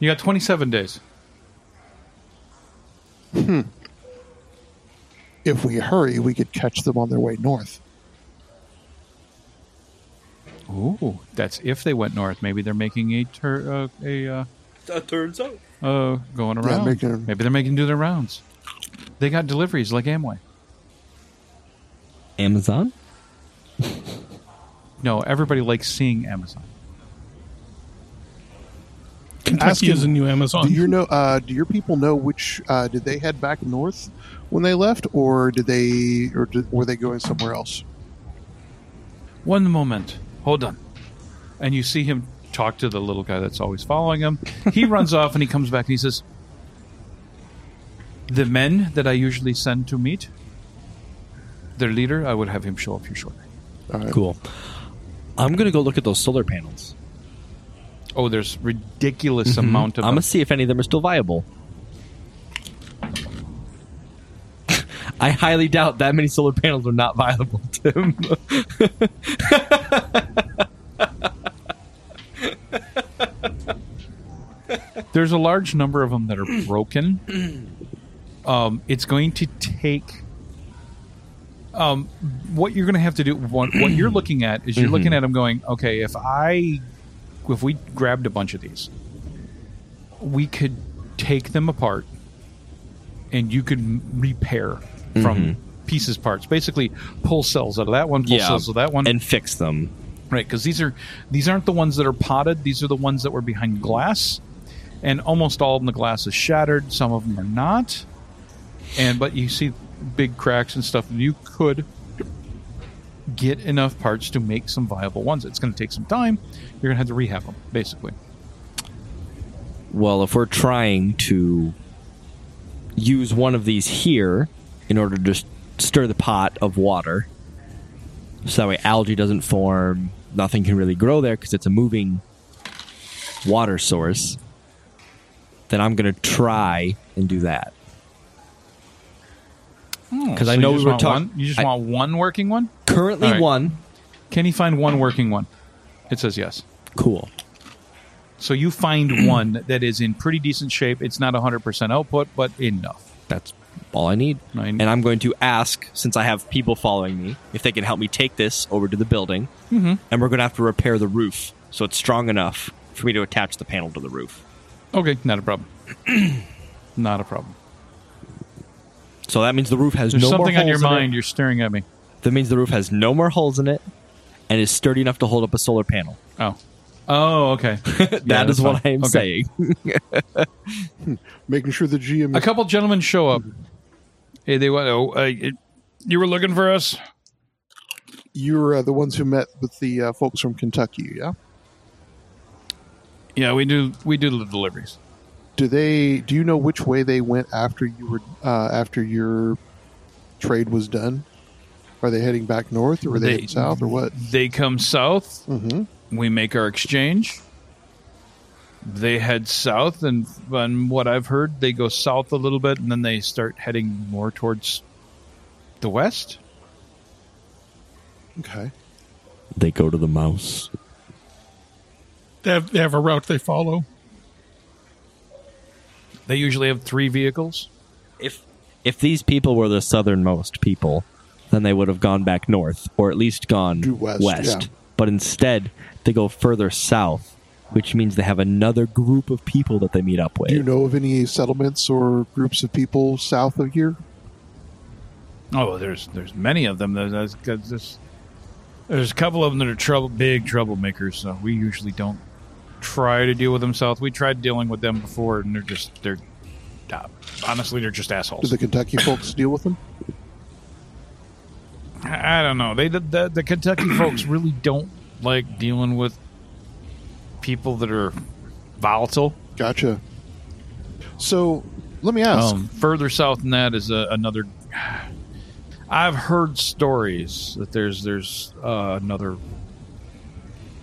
Speaker 2: You got 27 days.
Speaker 8: if we hurry, we could catch them on their way north.
Speaker 2: Ooh, that's if they went north. Maybe they're making a tur- uh, a uh,
Speaker 7: That turns out.
Speaker 2: uh, going around.
Speaker 8: making-
Speaker 2: Maybe they're making do their rounds. They got deliveries like Amway.
Speaker 4: Amazon?
Speaker 2: No, everybody likes seeing Amazon.
Speaker 1: Kentucky
Speaker 8: him,
Speaker 1: is a new Amazon.
Speaker 8: Do you know? Uh, do your people know which? Uh, did they head back north when they left, or did they, or did, were they going somewhere else?
Speaker 2: One moment. Hold on. And you see him talk to the little guy that's always following him. He runs off and he comes back and he says, The men that I usually send to meet their leader, I would have him show up here shortly.
Speaker 4: Cool. I'm gonna go look at those solar panels.
Speaker 2: Oh, there's ridiculous amount of
Speaker 4: I'm
Speaker 2: them.
Speaker 4: gonna see if any of them are still viable. I highly doubt that many solar panels are not viable, Tim.
Speaker 2: there's a large number of them that are broken. Um, it's going to take. Um, what you're going to have to do, what, what you're looking at is you're looking at them going, okay, if I if we grabbed a bunch of these, we could take them apart, and you could m- repair from pieces parts. Basically, pull cells out of that one, pull cells out of that one,
Speaker 4: and fix them.
Speaker 2: Right, because these are these aren't the ones that are potted. These are the ones that were behind glass, and almost all of them, the glass is shattered. Some of them are not, and but you see big cracks and stuff. You could get enough parts to make some viable ones. It's going to take some time. You're going to have to rehab them, basically.
Speaker 4: Well, if we're trying to use one of these here in order to s- stir the pot of water, so that way algae doesn't form, nothing can really grow there because it's a moving water source, then I'm going to try and do that. Because I
Speaker 2: Hmm. So
Speaker 4: know
Speaker 2: you
Speaker 4: we
Speaker 2: just
Speaker 4: were
Speaker 2: want
Speaker 4: talking.
Speaker 2: one- You just
Speaker 4: I-
Speaker 2: want one working one.
Speaker 4: Currently
Speaker 2: All right.
Speaker 4: one.
Speaker 2: Can you find one working one? It says yes.
Speaker 4: Cool.
Speaker 2: So you find one that is in pretty decent shape. It's not 100% output, but enough.
Speaker 4: That's all I need.
Speaker 2: Right.
Speaker 4: And I'm going to ask, since I have people following me, if they can help me take this over to the building. Mm-hmm. And we're going to have to repair the roof so it's strong enough for me to attach the panel to the roof.
Speaker 2: Okay, not a problem. not a problem.
Speaker 4: So that means the roof has
Speaker 2: There's
Speaker 4: no
Speaker 2: something
Speaker 4: more holes
Speaker 2: on your
Speaker 4: in it.
Speaker 2: mind. You're staring at me.
Speaker 4: That means the roof has no more holes in it and is sturdy enough to hold up a solar panel.
Speaker 2: Oh. Oh, okay. That is
Speaker 4: that is what I am saying.
Speaker 8: Making sure the GM.
Speaker 2: A couple gentlemen show up. Hey, they went. Oh, uh, it- you were looking for us.
Speaker 8: You're uh, the ones who met with the uh, folks from Kentucky, yeah?
Speaker 2: Yeah, we do. We do the deliveries.
Speaker 8: Do they? Do you know which way they went after you were uh, after your trade was done? Are they heading back north, or were they,
Speaker 2: They-
Speaker 8: heading south, or what?
Speaker 2: They come south.
Speaker 8: Mm-hmm.
Speaker 2: We make our exchange. They head south, and from what I've heard, they go south a little bit, and then they start heading more towards the west.
Speaker 8: Okay.
Speaker 4: they go to the mouse.
Speaker 1: They have, they have a route they follow.
Speaker 2: They usually have three vehicles.
Speaker 4: If if these people were the southernmost people, then they would have gone back north, or at least gone
Speaker 8: Do west, yeah.
Speaker 4: But instead, they go further south, which means they have another group of people that they meet up with.
Speaker 8: Do you know of any settlements or groups of people south of here?
Speaker 2: Oh, there's there's many of them. There's there's- there's, there's a couple of them that are trouble, big troublemakers. So we usually don't try to deal with them south. We tried dealing with them before, and they're just they're uh, honestly they're just
Speaker 8: Do
Speaker 2: assholes.
Speaker 8: the Kentucky folks deal with them?
Speaker 2: I I don't know. They the, the, the Kentucky folks really don't like dealing with people that are volatile.
Speaker 8: Gotcha. So let me ask.
Speaker 2: Um, further south than that is a, another. I've heard stories that there's there's uh, another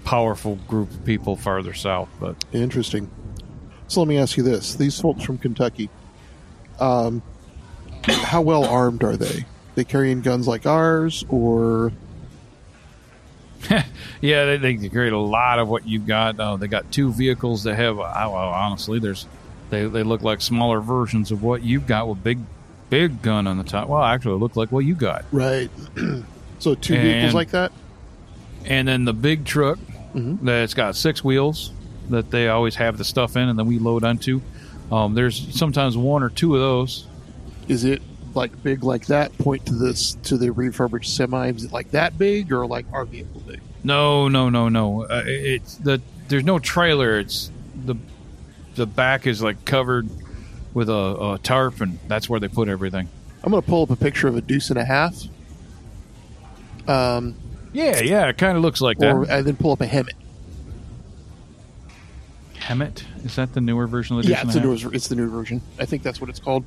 Speaker 2: powerful group of people farther south, but
Speaker 8: Interesting. So let me ask you this: These folks from Kentucky, um, how well armed are they? They carrying guns like ours, or
Speaker 2: yeah, they, they create a lot of what you've got. Uh, they got two vehicles. They have, I, well, honestly, there's they they look like smaller versions of what you've got with big big gun on the top. Well, actually, it looked like what you got.
Speaker 8: right? so two
Speaker 2: And-
Speaker 8: vehicles like that.
Speaker 2: and then the big truck that's got six wheels that they always have the stuff in, and then we load onto. Um, there's sometimes one or two of those.
Speaker 8: Is it like big like that? Point to this to the refurbished semi. Is it like that big, or like our vehicle big?
Speaker 2: No, no, no, no. Uh, it- it's the there's no trailer. It's the the back is like covered with a, a tarp, and that's where they put everything.
Speaker 8: I'm going to pull up a picture of a deuce and a half, um,
Speaker 2: Yeah, yeah. It kind of looks like
Speaker 8: or
Speaker 2: that.
Speaker 8: and then pull up a Hemet.
Speaker 2: Hemet is that the newer version of the
Speaker 8: Yeah,
Speaker 2: Dixon
Speaker 8: it's the
Speaker 2: Ham?
Speaker 8: new it's the new version. I think that's what it's called.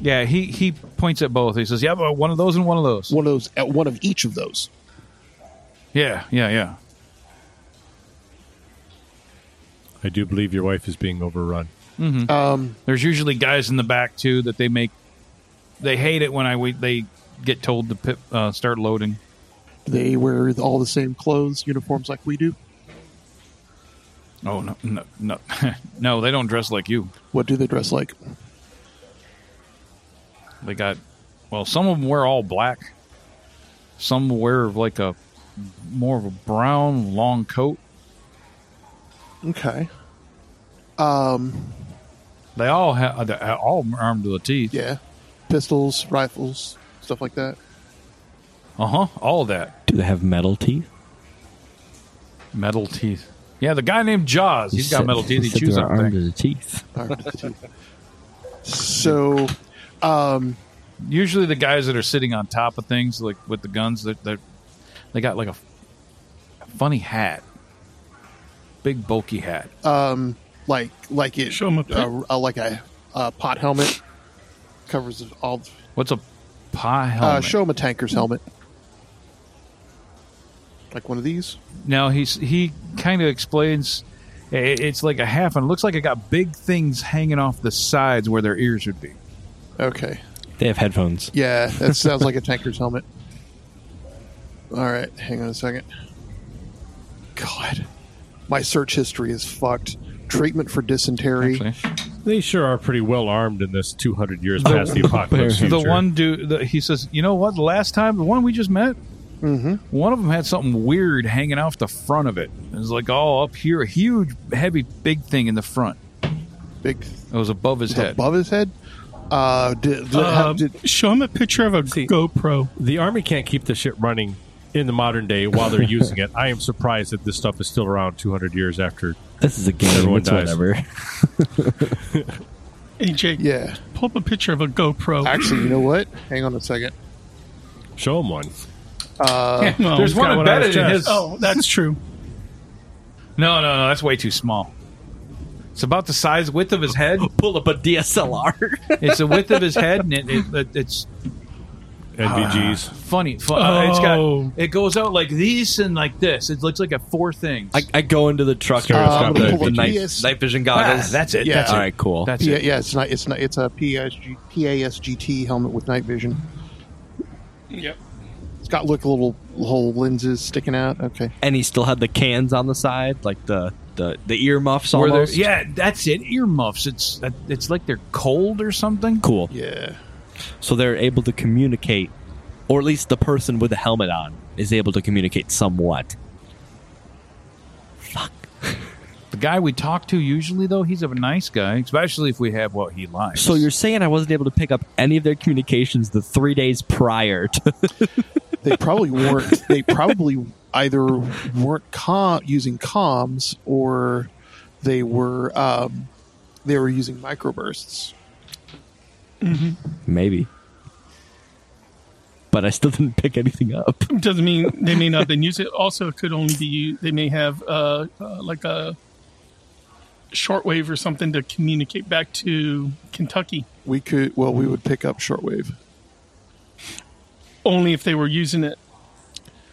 Speaker 2: Yeah, he he points at both. He says, "Yeah, but one of those and one of those."
Speaker 8: One of those, at one of each of those.
Speaker 2: Yeah, yeah, yeah.
Speaker 3: I do believe your wife is being overrun.
Speaker 8: Um,
Speaker 2: There's usually guys in the back too that they make. They hate it when I wait. They get told to pit, uh, start loading.
Speaker 8: they wear all the same clothes, uniforms like we do.
Speaker 2: Oh no, no, no, no! They don't dress like you.
Speaker 8: What do they dress like?
Speaker 2: They got well. Some of them wear all black. Some wear like a more of a brown long coat.
Speaker 8: Okay. Um,
Speaker 2: They all ha- they're all armed to the teeth.
Speaker 8: Yeah. Pistols, rifles, stuff like that.
Speaker 2: Uh huh. All that
Speaker 4: Do they have metal teeth?
Speaker 2: metal teeth. Yeah, the guy named Jaws. He's
Speaker 4: You
Speaker 2: got
Speaker 4: said-
Speaker 2: metal
Speaker 4: you
Speaker 2: teeth. He
Speaker 4: said
Speaker 2: chews
Speaker 4: they're
Speaker 2: on
Speaker 4: armed
Speaker 2: things.
Speaker 4: to the teeth.
Speaker 8: So,
Speaker 2: Usually, the guys that are sitting on top of things, like with the guns, that they they got like a, a funny hat, big bulky hat.
Speaker 8: like, like it,
Speaker 1: Show 'em a pic.
Speaker 8: uh, uh, like a uh, pot helmet covers all.
Speaker 2: What's a pie helmet?
Speaker 8: Uh, show him a tanker's helmet, like one of these.
Speaker 2: Now he's he kind of explains. i- It's like a half, and it looks like it got big things hanging off the sides where their ears would be.
Speaker 8: Okay.
Speaker 4: They have headphones.
Speaker 8: Yeah, that sounds like a tanker's helmet. All right, hang on a second. God, my search history is fucked. Treatment for dysentery.
Speaker 2: Actually,
Speaker 3: They sure are pretty well armed in this 200 years past the apocalypse.
Speaker 2: the
Speaker 3: future.
Speaker 2: one dude, the, he says, "You know what? The last time, the one we just met,
Speaker 8: Mm-hmm.
Speaker 2: one of them had something weird hanging off the front of it. It was like all up here, a huge, heavy, big thing in the front.
Speaker 8: Big
Speaker 2: It was above his head.
Speaker 8: above his head. Uh, did, did,
Speaker 1: Um,
Speaker 8: did,
Speaker 1: show him a picture of a GoPro.
Speaker 3: the army can't keep the shit running in the modern day while they're using it. I am surprised that this stuff is still around 200 years after.
Speaker 4: This is a game.
Speaker 3: Everyone
Speaker 4: it's
Speaker 3: dies.
Speaker 4: whatever.
Speaker 1: Hey Jake,
Speaker 8: yeah.
Speaker 1: pull up a picture of a GoPro.
Speaker 8: Actually, you know what? Hang on a second.
Speaker 3: Show them one.
Speaker 2: Yeah,
Speaker 1: No,
Speaker 2: There's
Speaker 1: Uh, he's got
Speaker 2: one
Speaker 1: what I
Speaker 2: embedded
Speaker 1: was
Speaker 2: in
Speaker 1: just-
Speaker 2: his.
Speaker 1: Oh, that's true.
Speaker 2: No, no, no, that's way too small. It's about the size width of his head.
Speaker 4: Pull up a DSLR.
Speaker 2: It's the width of his head, and it, it, it, it's
Speaker 6: Ah,
Speaker 3: NVGs.
Speaker 2: funny. Fu- uh, it's
Speaker 1: Oh.
Speaker 2: got it goes out like these and like this. It looks like a four things.
Speaker 4: I, I go into the truck and
Speaker 3: Stereoscope
Speaker 4: um, the,
Speaker 8: pull
Speaker 4: the
Speaker 8: up
Speaker 4: night,
Speaker 8: PS.
Speaker 4: night vision
Speaker 2: Ah,
Speaker 4: goggles.
Speaker 2: that's it.
Speaker 8: Yeah.
Speaker 2: That's
Speaker 4: all
Speaker 2: it.
Speaker 4: right. Cool.
Speaker 2: That's
Speaker 8: Yeah,
Speaker 2: it.
Speaker 8: yeah, it's not. It's not. It's a PSG, PASGT helmet with night vision.
Speaker 1: Yep.
Speaker 8: It's got look little whole lenses sticking out. Okay.
Speaker 4: and he still had the cans on the side, like the the, the earmuffs
Speaker 2: Where they're-
Speaker 4: almost.
Speaker 2: yeah, that's it. Earmuffs. It's that- it's like they're cold or something.
Speaker 4: cool.
Speaker 8: Yeah.
Speaker 4: So they're able to communicate, or at least the person with the helmet on is able to communicate somewhat.
Speaker 2: The guy we talk to usually though, he's a nice guy, especially if we have what he likes.
Speaker 4: So you're saying I wasn't able to pick up any of their communications the three days prior to
Speaker 8: They probably weren't. they probably either weren't com- using comms or they were um, they were using microbursts.
Speaker 4: maybe, but I still didn't pick anything up.
Speaker 8: Uh,
Speaker 1: Doesn't mean they may not have been used. It also it could only be used. They may have uh, uh, like a shortwave or something to communicate back to Kentucky.
Speaker 8: We could. Well, we would pick up shortwave.
Speaker 1: Only if they were using it.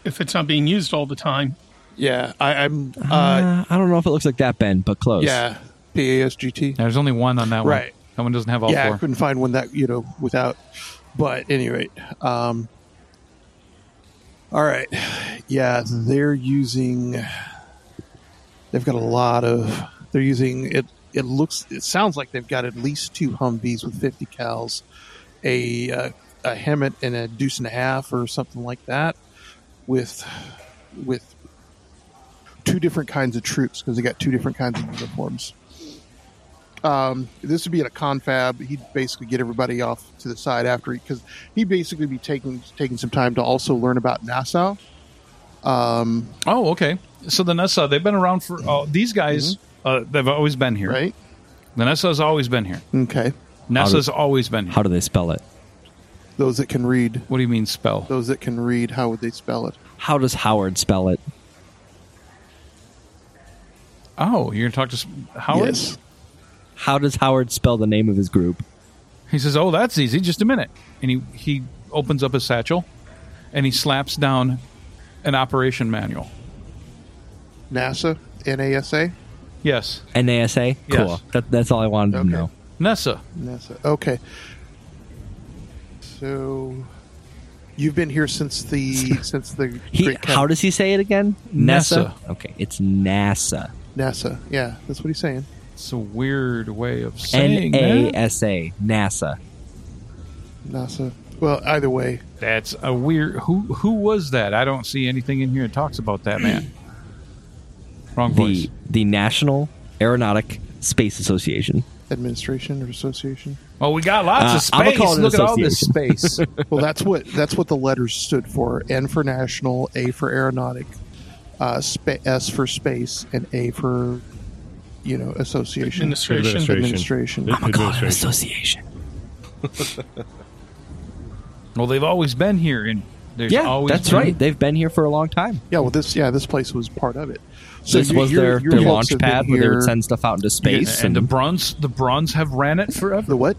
Speaker 1: If it's not being used all the time,
Speaker 8: Yeah, I, I'm. Uh,
Speaker 4: Uh, I don't know if it looks like that, Ben, but close.
Speaker 8: yeah, PASGT.
Speaker 2: There's only one on that one.
Speaker 8: Right.
Speaker 2: That one doesn't have all
Speaker 8: yeah, I
Speaker 2: four.
Speaker 8: couldn't find one that you know without. But anyway, um, all right, yeah, they're using. They've got a lot of. They're using it. It looks. It sounds like they've got at least two Humvees with fifty cals, a uh, a Hemet and a deuce and a half or something like that, with with two different kinds of troops because they got two different kinds of uniforms um, this would be at a confab. He'd basically get everybody off to the side after because he'd basically be taking taking some time to also learn about Nassau.
Speaker 2: Oh, okay. So the Nessa, they've been around for oh, these guys. Uh, they've always been here.
Speaker 8: Mm-hmm. Right?
Speaker 2: The Nessa's always been here.
Speaker 8: Okay.
Speaker 2: Nessa's always been here.
Speaker 4: How do they spell it?
Speaker 8: Those that can read,
Speaker 2: what do you mean spell?
Speaker 8: those that can read, how would they spell it?
Speaker 4: How does Howard spell it?
Speaker 2: Oh, you're gonna talk to s- Howard?
Speaker 8: Yes.
Speaker 4: How does Howard spell the name of his group?
Speaker 2: He says, "Oh, that's easy. Just a minute." And he he opens up his satchel, and he slaps down an operation manual.
Speaker 8: NASA, NASA,
Speaker 2: Yes,
Speaker 4: NASA. Cool.
Speaker 2: Yes.
Speaker 4: That, that's all I wanted
Speaker 8: Okay.
Speaker 4: to know.
Speaker 2: Nessa.
Speaker 8: NASA. Okay. So you've been here since the since the
Speaker 4: He,
Speaker 8: Great Cat-
Speaker 4: how does he say it again?
Speaker 2: NASA.
Speaker 4: Okay, it's NASA.
Speaker 8: NASA. Yeah, that's what he's saying.
Speaker 2: It's a weird way of saying
Speaker 4: N A
Speaker 2: that.
Speaker 4: S A. NASA.
Speaker 8: NASA. Well, either way,
Speaker 2: That's a weird. Who who was that? I don't see anything in here that talks about that man. Wrong voice.
Speaker 4: the the National Aeronautic Space Association.
Speaker 8: Administration or association?
Speaker 2: Well, we got lots
Speaker 4: Uh,
Speaker 2: of
Speaker 4: I'ma
Speaker 2: space.
Speaker 4: call it an
Speaker 2: Look at all this space.
Speaker 8: Well, that's what that's what the letters stood for. N for national, A for aeronautic, uh, spa- S for space, and A for you know association.
Speaker 1: Administration.
Speaker 8: Administration.
Speaker 4: Ah,
Speaker 3: Administration.
Speaker 4: association.
Speaker 2: well, they've always been here, and there's
Speaker 4: Yeah,
Speaker 2: always
Speaker 4: that's
Speaker 2: been-
Speaker 4: right. They've been here for a long time.
Speaker 8: Yeah, well, this yeah, this place was part of it. So
Speaker 4: this
Speaker 8: your-
Speaker 4: was
Speaker 8: your-
Speaker 4: their,
Speaker 8: your
Speaker 4: their
Speaker 8: folks
Speaker 4: launch
Speaker 8: have been
Speaker 4: pad where they
Speaker 8: here-
Speaker 4: would send stuff out into space.
Speaker 2: and
Speaker 4: and
Speaker 2: the bronze, the bronze have ran it forever.
Speaker 8: the what?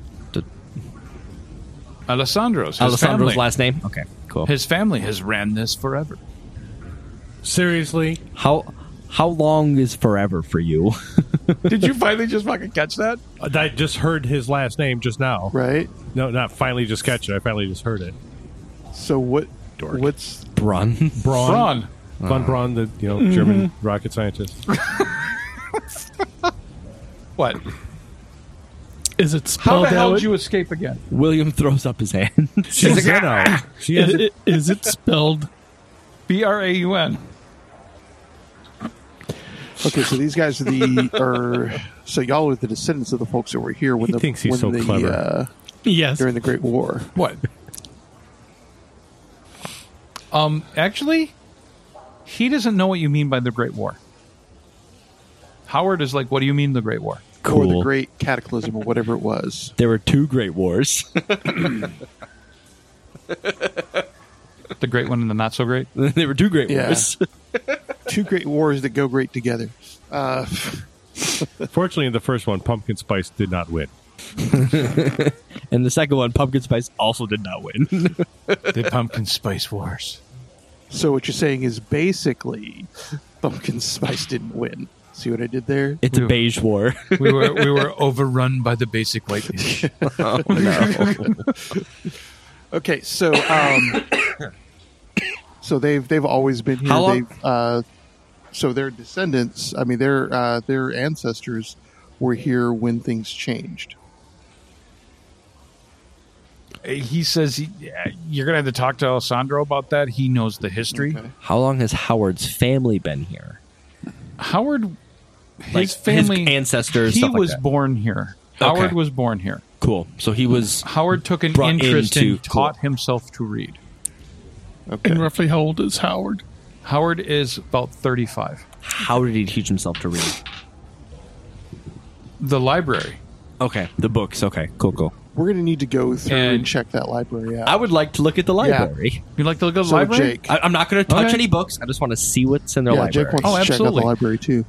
Speaker 2: Alessandro's, his
Speaker 4: Alessandro's
Speaker 2: family,
Speaker 4: last name. Okay, cool.
Speaker 2: his family has ran this forever.
Speaker 9: Seriously,
Speaker 4: how how long is forever for you?
Speaker 2: Did you finally just fucking catch that?
Speaker 3: I just heard his last name just now.
Speaker 8: Right.
Speaker 3: No, not finally just catch it. I finally just heard it.
Speaker 8: So what?
Speaker 3: Dork.
Speaker 8: What's
Speaker 4: Brun.
Speaker 3: Braun.
Speaker 2: Braun.
Speaker 3: Von Braun, the you know German rocket scientist.
Speaker 2: What?
Speaker 1: Is it
Speaker 2: How
Speaker 1: spelled
Speaker 2: the hell
Speaker 1: out?
Speaker 2: did you escape again?
Speaker 4: William throws up his hand.
Speaker 3: She's in out. She
Speaker 1: Is
Speaker 3: has
Speaker 1: it, is it spelled?
Speaker 2: B R A U N.
Speaker 8: okay? So these guys are the are so y'all are the descendants of the folks that were here when
Speaker 3: He
Speaker 8: the
Speaker 3: thinks he's
Speaker 8: when
Speaker 3: so
Speaker 8: the,
Speaker 3: clever.
Speaker 8: Uh,
Speaker 1: Yes.
Speaker 8: during the Great War.
Speaker 2: What? um, actually, he doesn't know what you mean by the Great War. Howard is like, "What do you mean the Great War?"
Speaker 8: Or the
Speaker 4: Cool.
Speaker 8: Great Cataclysm or whatever it was.
Speaker 4: There were two great wars.
Speaker 2: The great one and the not so great.
Speaker 4: there were two great
Speaker 8: Yeah.
Speaker 4: wars.
Speaker 8: Two great wars that go great together. Uh,
Speaker 3: Fortunately, in the first one, pumpkin spice did not win.
Speaker 4: And the second one, Pumpkin Spice, also did not win.
Speaker 2: the Pumpkin Spice Wars.
Speaker 8: so what you're saying is basically, Pumpkin Spice didn't win. See what I did there?
Speaker 4: It's a beige war.
Speaker 2: We were we were overrun by the basic white. people.
Speaker 8: Okay, so um, so they've they've always been here.
Speaker 4: How long-
Speaker 8: They've uh, so their descendants. I mean, their uh, their ancestors were here when things changed.
Speaker 2: He says he, yeah, you're gonna have to talk to Alessandro about that. He knows the history.
Speaker 8: Okay.
Speaker 4: How long has Howard's family been here?
Speaker 2: Howard, his
Speaker 4: Like, his
Speaker 2: family,
Speaker 4: ancestors,
Speaker 2: He
Speaker 4: stuff like
Speaker 2: was
Speaker 4: that.
Speaker 2: born here.
Speaker 4: Okay.
Speaker 2: Howard was born here.
Speaker 4: Cool. So he was
Speaker 2: Howard took an
Speaker 4: Brought
Speaker 2: interest
Speaker 4: into-
Speaker 2: and taught himself to read.
Speaker 8: Okay.
Speaker 1: And roughly how old is Howard?
Speaker 2: Howard is about 35.
Speaker 4: How did he teach himself to read?
Speaker 2: The library.
Speaker 4: Okay, the books. Okay, cool, cool.
Speaker 8: We're gonna need to go through and,
Speaker 2: And-
Speaker 8: check that library out.
Speaker 4: I would like to look at the library.
Speaker 2: You like to look at the
Speaker 8: so
Speaker 2: library?
Speaker 8: Jake,
Speaker 4: I, I'm not going to touch
Speaker 2: Okay.
Speaker 4: any books. I just want to see what's in their
Speaker 8: yeah, Jake
Speaker 4: library.
Speaker 8: wants
Speaker 2: Oh,
Speaker 8: to check out
Speaker 2: absolutely.
Speaker 8: the library too.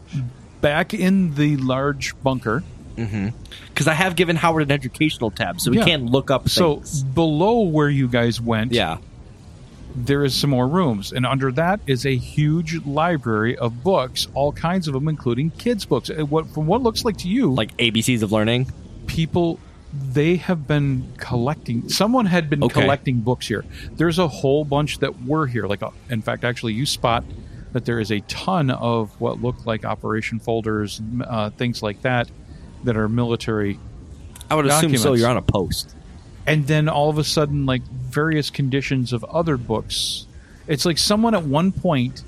Speaker 2: Back in the large bunker.
Speaker 4: Because I have given Howard an educational tab, so we
Speaker 2: Yeah.
Speaker 4: can look up.
Speaker 2: So
Speaker 4: things.
Speaker 2: below where you guys went,
Speaker 4: yeah,
Speaker 2: there is some more rooms. And under that is a huge library of books, all kinds of them, including kids' books. Uh, What From what looks like to you,
Speaker 4: like ABCs of learning.
Speaker 2: people they have been collecting someone had been
Speaker 4: Okay.
Speaker 2: collecting books here there's a whole bunch that were here like uh, in fact actually you spot that there is a ton of what looked like operation folders m- uh, things like that that are military
Speaker 4: I would assume so.
Speaker 2: Documents.
Speaker 4: You're on a post.
Speaker 2: and then all of a sudden like various conditions of other books it's like someone at one point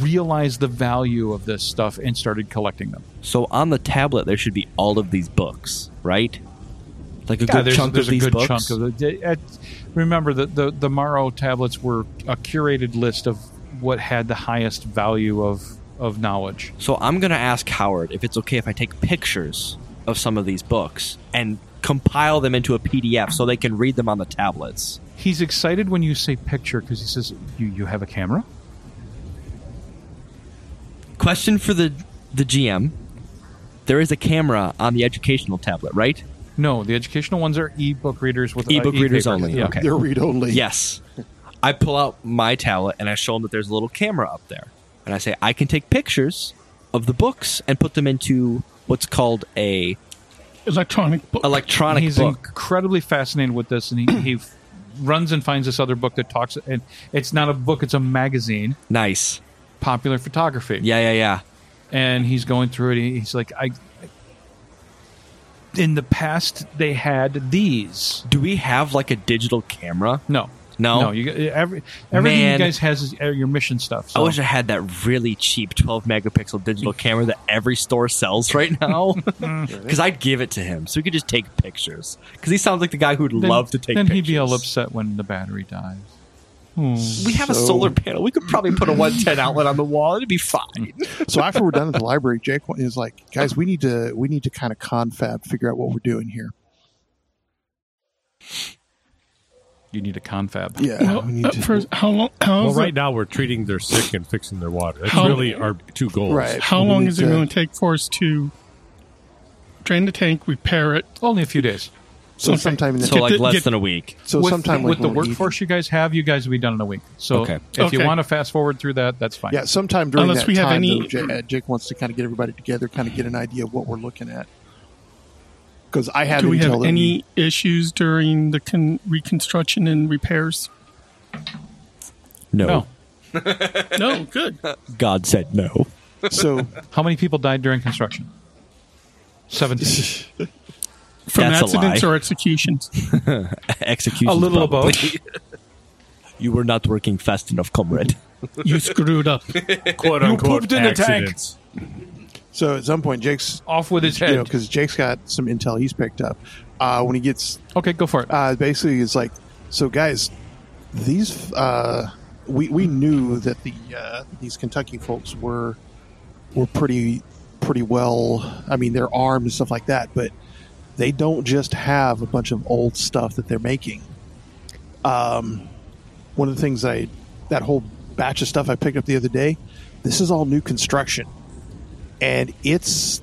Speaker 2: realized the value of this stuff and started collecting them
Speaker 4: So on the tablet, there should be all of these books, right? Like a
Speaker 2: Yeah,
Speaker 4: good
Speaker 2: there's,
Speaker 4: chunk
Speaker 2: there's
Speaker 4: of these
Speaker 2: a good
Speaker 4: books.
Speaker 2: chunk of the. It, remember that the the Morrow tablets were a curated list of what had the highest value of of knowledge.
Speaker 4: So I'm going to ask Howard if it's okay if I take pictures of some of these books and compile them into a PDF so they can read them on the tablets.
Speaker 2: He's excited when you say picture because he says you you have a camera.
Speaker 4: Question for the the GM. There is a camera on the educational tablet, right?
Speaker 2: No, the educational ones are e-book readers with uh,
Speaker 4: E-book readers
Speaker 2: e-paper.
Speaker 4: only,
Speaker 2: Yeah.
Speaker 4: okay.
Speaker 8: They're read only.
Speaker 4: Yes. I pull out my tablet and I show him that there's a little camera up there. And I say, I can take pictures of the books and put them into what's called a
Speaker 1: Electronic book.
Speaker 4: electronic
Speaker 2: He's
Speaker 4: book.
Speaker 2: incredibly fascinated with this, and he, he f- runs and finds this other book that talks. And it's not a book; it's a magazine,
Speaker 4: nice.
Speaker 2: popular photography.
Speaker 4: Yeah, yeah, yeah.
Speaker 2: and he's going through it. and He's like, I. In the past, they had these.
Speaker 4: Do we have like a digital camera?
Speaker 2: No,
Speaker 4: No.
Speaker 2: No, you g- every everything
Speaker 4: Man.
Speaker 2: you guys has is uh, your mission stuff.
Speaker 4: I
Speaker 2: So.
Speaker 4: wish I had that really cheap 12 megapixel digital camera that every store sells right now.
Speaker 2: Mm.
Speaker 4: Because I'd give it to him so he could just take pictures. Because he sounds like the guy who'd
Speaker 2: Then-
Speaker 4: love to take
Speaker 2: Then
Speaker 4: pictures.
Speaker 2: he'd be all upset when the battery dies.
Speaker 4: We have a
Speaker 8: So-
Speaker 4: solar panel. We could probably put a 110 outlet on the wall. It'd be fine.
Speaker 2: Mm.
Speaker 8: So after we're done at the library, Jake is like, "Guys, we need to we need to kind of confab, figure out what we're doing here."
Speaker 2: You need a confab.
Speaker 8: Yeah,
Speaker 1: Well,
Speaker 8: Oh, we need
Speaker 1: uh,
Speaker 8: to-
Speaker 1: first, how long? How,
Speaker 3: Well,
Speaker 1: is
Speaker 3: right
Speaker 1: it,
Speaker 3: now we're treating their sick and fixing their water. That's
Speaker 1: How-
Speaker 3: really our two goals.
Speaker 8: right.
Speaker 1: how
Speaker 8: we
Speaker 1: long
Speaker 8: need
Speaker 1: is it
Speaker 8: to-
Speaker 1: going to take for us to drain the tank, repair it?
Speaker 2: Only a few days.
Speaker 8: So
Speaker 1: okay.
Speaker 8: sometime in the
Speaker 4: So,
Speaker 1: Get
Speaker 4: like,
Speaker 1: the-
Speaker 4: less
Speaker 1: get-
Speaker 4: than a week.
Speaker 8: so
Speaker 2: with,
Speaker 8: sometime like
Speaker 2: with the
Speaker 8: when we're
Speaker 2: workforce you guys have, you guys will be done in a week. So
Speaker 4: Okay.
Speaker 2: if you
Speaker 1: Okay.
Speaker 2: want to fast forward through that, that's fine.
Speaker 8: eating. Yeah, sometime during
Speaker 1: Unless
Speaker 8: that
Speaker 1: we have
Speaker 8: time,
Speaker 1: any-
Speaker 8: though, Jake, uh, Jake wants to kind of get everybody together, kind of get an idea of what we're looking at. Because I have
Speaker 1: Do we
Speaker 8: intel that
Speaker 1: have
Speaker 8: we-
Speaker 1: any issues during the con- reconstruction and repairs?
Speaker 4: No.
Speaker 2: No.
Speaker 1: No, good.
Speaker 4: God said no.
Speaker 8: so
Speaker 2: How many people died during construction? Seventeen.
Speaker 1: From
Speaker 4: That's a
Speaker 1: accidents
Speaker 4: lie.
Speaker 1: or executions?
Speaker 4: Execution.
Speaker 2: a little above.
Speaker 4: You were not working fast enough, comrade.
Speaker 1: You screwed up.
Speaker 3: Quote unquote.
Speaker 2: pooped in the tank.
Speaker 3: accidents.
Speaker 8: so at some point, Jake's
Speaker 2: Off with his head.
Speaker 8: you know because Jake's got some intel he's picked up. Uh, when he gets
Speaker 2: okay, go for it.
Speaker 8: uh, basically it's like so guys these uh, we, we knew that the uh, these kentucky folks were were pretty pretty well i mean they're armed and stuff like that but they don't just have a bunch of old stuff that they're making um, one of the things i that whole batch of stuff i picked up the other day this is all new construction and it's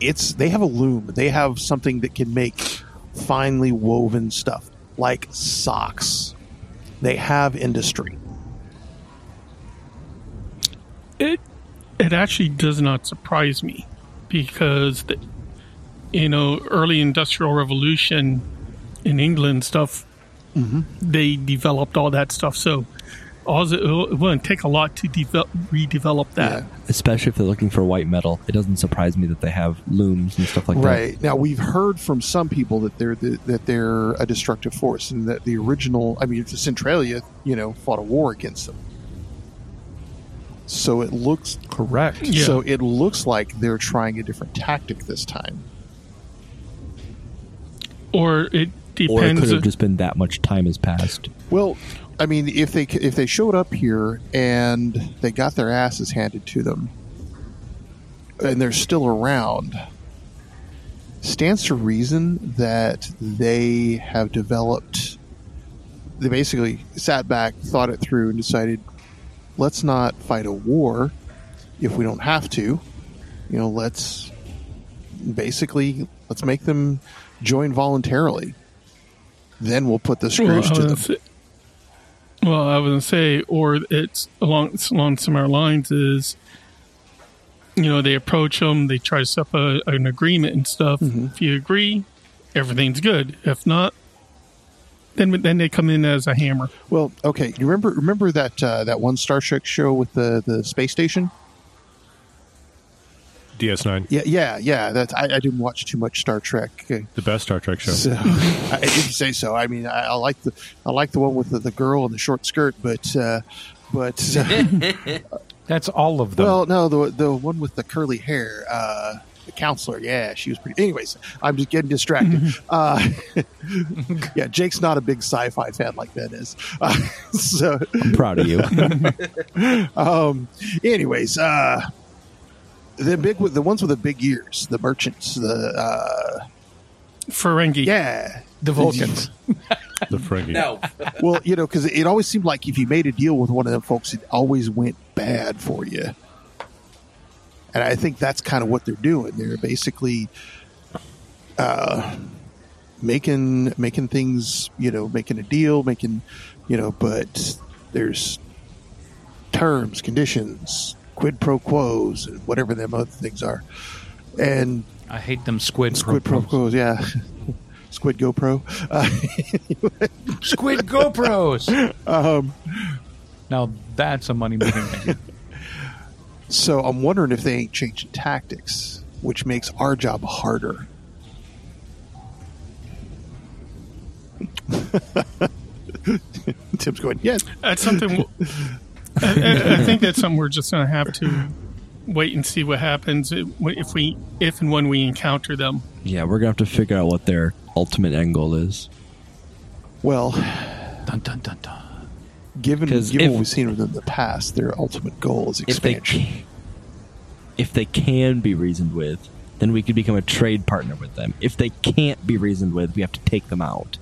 Speaker 8: it's they have a loom they have something that can make finely woven stuff like socks they have industry
Speaker 1: It it actually does not surprise me because the, you know early industrial revolution in England stuff Mm-hmm. they developed all that stuff so all it, it wouldn't take a lot to develop redevelop that.
Speaker 4: Especially if they're looking for white metal. It doesn't surprise me that they have looms and stuff like
Speaker 8: right now we've heard from some people that they're the, that they're a destructive force and that the original i mean the centralia you know fought a war against them so it looks
Speaker 2: Correct.
Speaker 1: Yeah.
Speaker 8: so it looks like they're trying a different tactic this time
Speaker 1: Or it
Speaker 4: Or it could
Speaker 1: depends.
Speaker 4: have just been that much time has passed.
Speaker 8: Well, I mean, if they if they showed up here and they got their asses handed to them, and they're still around, stands to reason that they have developed. They basically sat back, thought it through, and decided, let's not fight a war if we don't have to. You know, let's basically let's make them join voluntarily. Then we'll put the
Speaker 1: well,
Speaker 8: screws
Speaker 1: I
Speaker 8: to
Speaker 1: was
Speaker 8: them.
Speaker 1: gonna say- well, I was gonna say, or it's along it's along similar lines is, you know, they approach them, they try to set up a, an agreement and stuff. If you agree, everything's good. If not, then then they come in as a hammer.
Speaker 8: Well, okay. You remember remember that uh, that one Star Trek show with the, the space station?
Speaker 3: DS9,
Speaker 8: Yeah, yeah, yeah. That I, I didn't watch too much Star Trek. uh,
Speaker 3: the best Star Trek show.
Speaker 8: So, I, if you say so. I mean, I, I like the I like the one with the, the girl in the short skirt, but uh, but uh,
Speaker 2: That's all of them.
Speaker 8: well, no, the the one with the curly hair, uh, the counselor. Yeah, she was pretty. Anyways, I'm just getting distracted. uh, yeah, Jake's not a big sci-fi fan like that is. Uh, so
Speaker 4: I'm proud of you.
Speaker 8: Um, anyways, uh, the big the ones with the big ears, the merchants, the uh,
Speaker 1: Ferengi.
Speaker 8: yeah,
Speaker 2: the Vulcans.
Speaker 3: The Ferengi.
Speaker 7: No,
Speaker 8: well, you know, because it always seemed like if you made a deal with one of them folks, it always went bad for you. And I think that's kind of what they're doing. They're basically uh, making making things, you know, making a deal, making, you know, but there's terms, conditions, quid pro quos, and whatever them other things are. And
Speaker 2: I hate them squid.
Speaker 8: squid pro quos, yeah, squid GoPro. Uh,
Speaker 2: Squid GoPros. um, now that's a money moving thing.
Speaker 8: So I'm wondering if they ain't changing tactics, which makes our job harder. Tim's going, yeah.
Speaker 1: That's something. w- I- I, I think that's something we're just going to have to wait and see what happens if we, if and when we encounter them.
Speaker 4: Yeah, we're gonna have to figure out what their ultimate end goal is.
Speaker 8: Well,
Speaker 2: Dun, dun, dun, dun.
Speaker 8: given,
Speaker 4: 'Cause
Speaker 8: given
Speaker 4: if-
Speaker 8: what we've seen with them in the past, their ultimate goal is
Speaker 4: If they
Speaker 8: expansion.
Speaker 4: ca- if they can be reasoned with, then we could become a trade partner with them. If they can't be reasoned with, we have to take them out.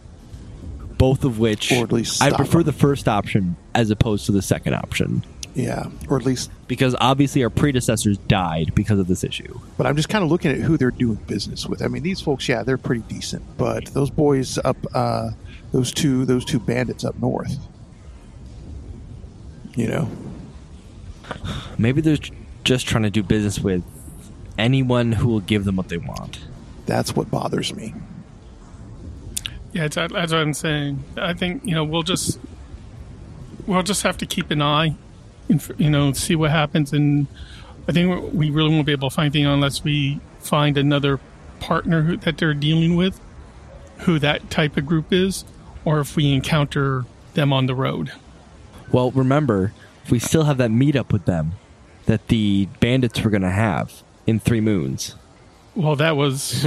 Speaker 4: Both of which,
Speaker 8: Or at least
Speaker 4: I
Speaker 8: stop
Speaker 4: prefer
Speaker 8: them.
Speaker 4: the first option as opposed to the second option
Speaker 8: yeah, or at least.
Speaker 4: because obviously our predecessors died because of this issue.
Speaker 8: But I'm just kind of looking at who they're doing business with. I mean, these folks, yeah, they're pretty decent, but those boys up, uh, those two, those two bandits up north. You know,
Speaker 4: Maybe they're j- just trying to do business with anyone who will give them what they want.
Speaker 8: that's what bothers me.
Speaker 1: Yeah, it's, that's what I'm saying. I think you know we'll just we'll just have to keep an eye, and f- you know, see what happens. And I think we really won't be able to find anything unless we find another partner who, that they're dealing with, who that type of group is, or if we encounter them on the road.
Speaker 4: Well, remember, we still have that meetup with them that the bandits were going to have in Three Moons.
Speaker 1: Well, that was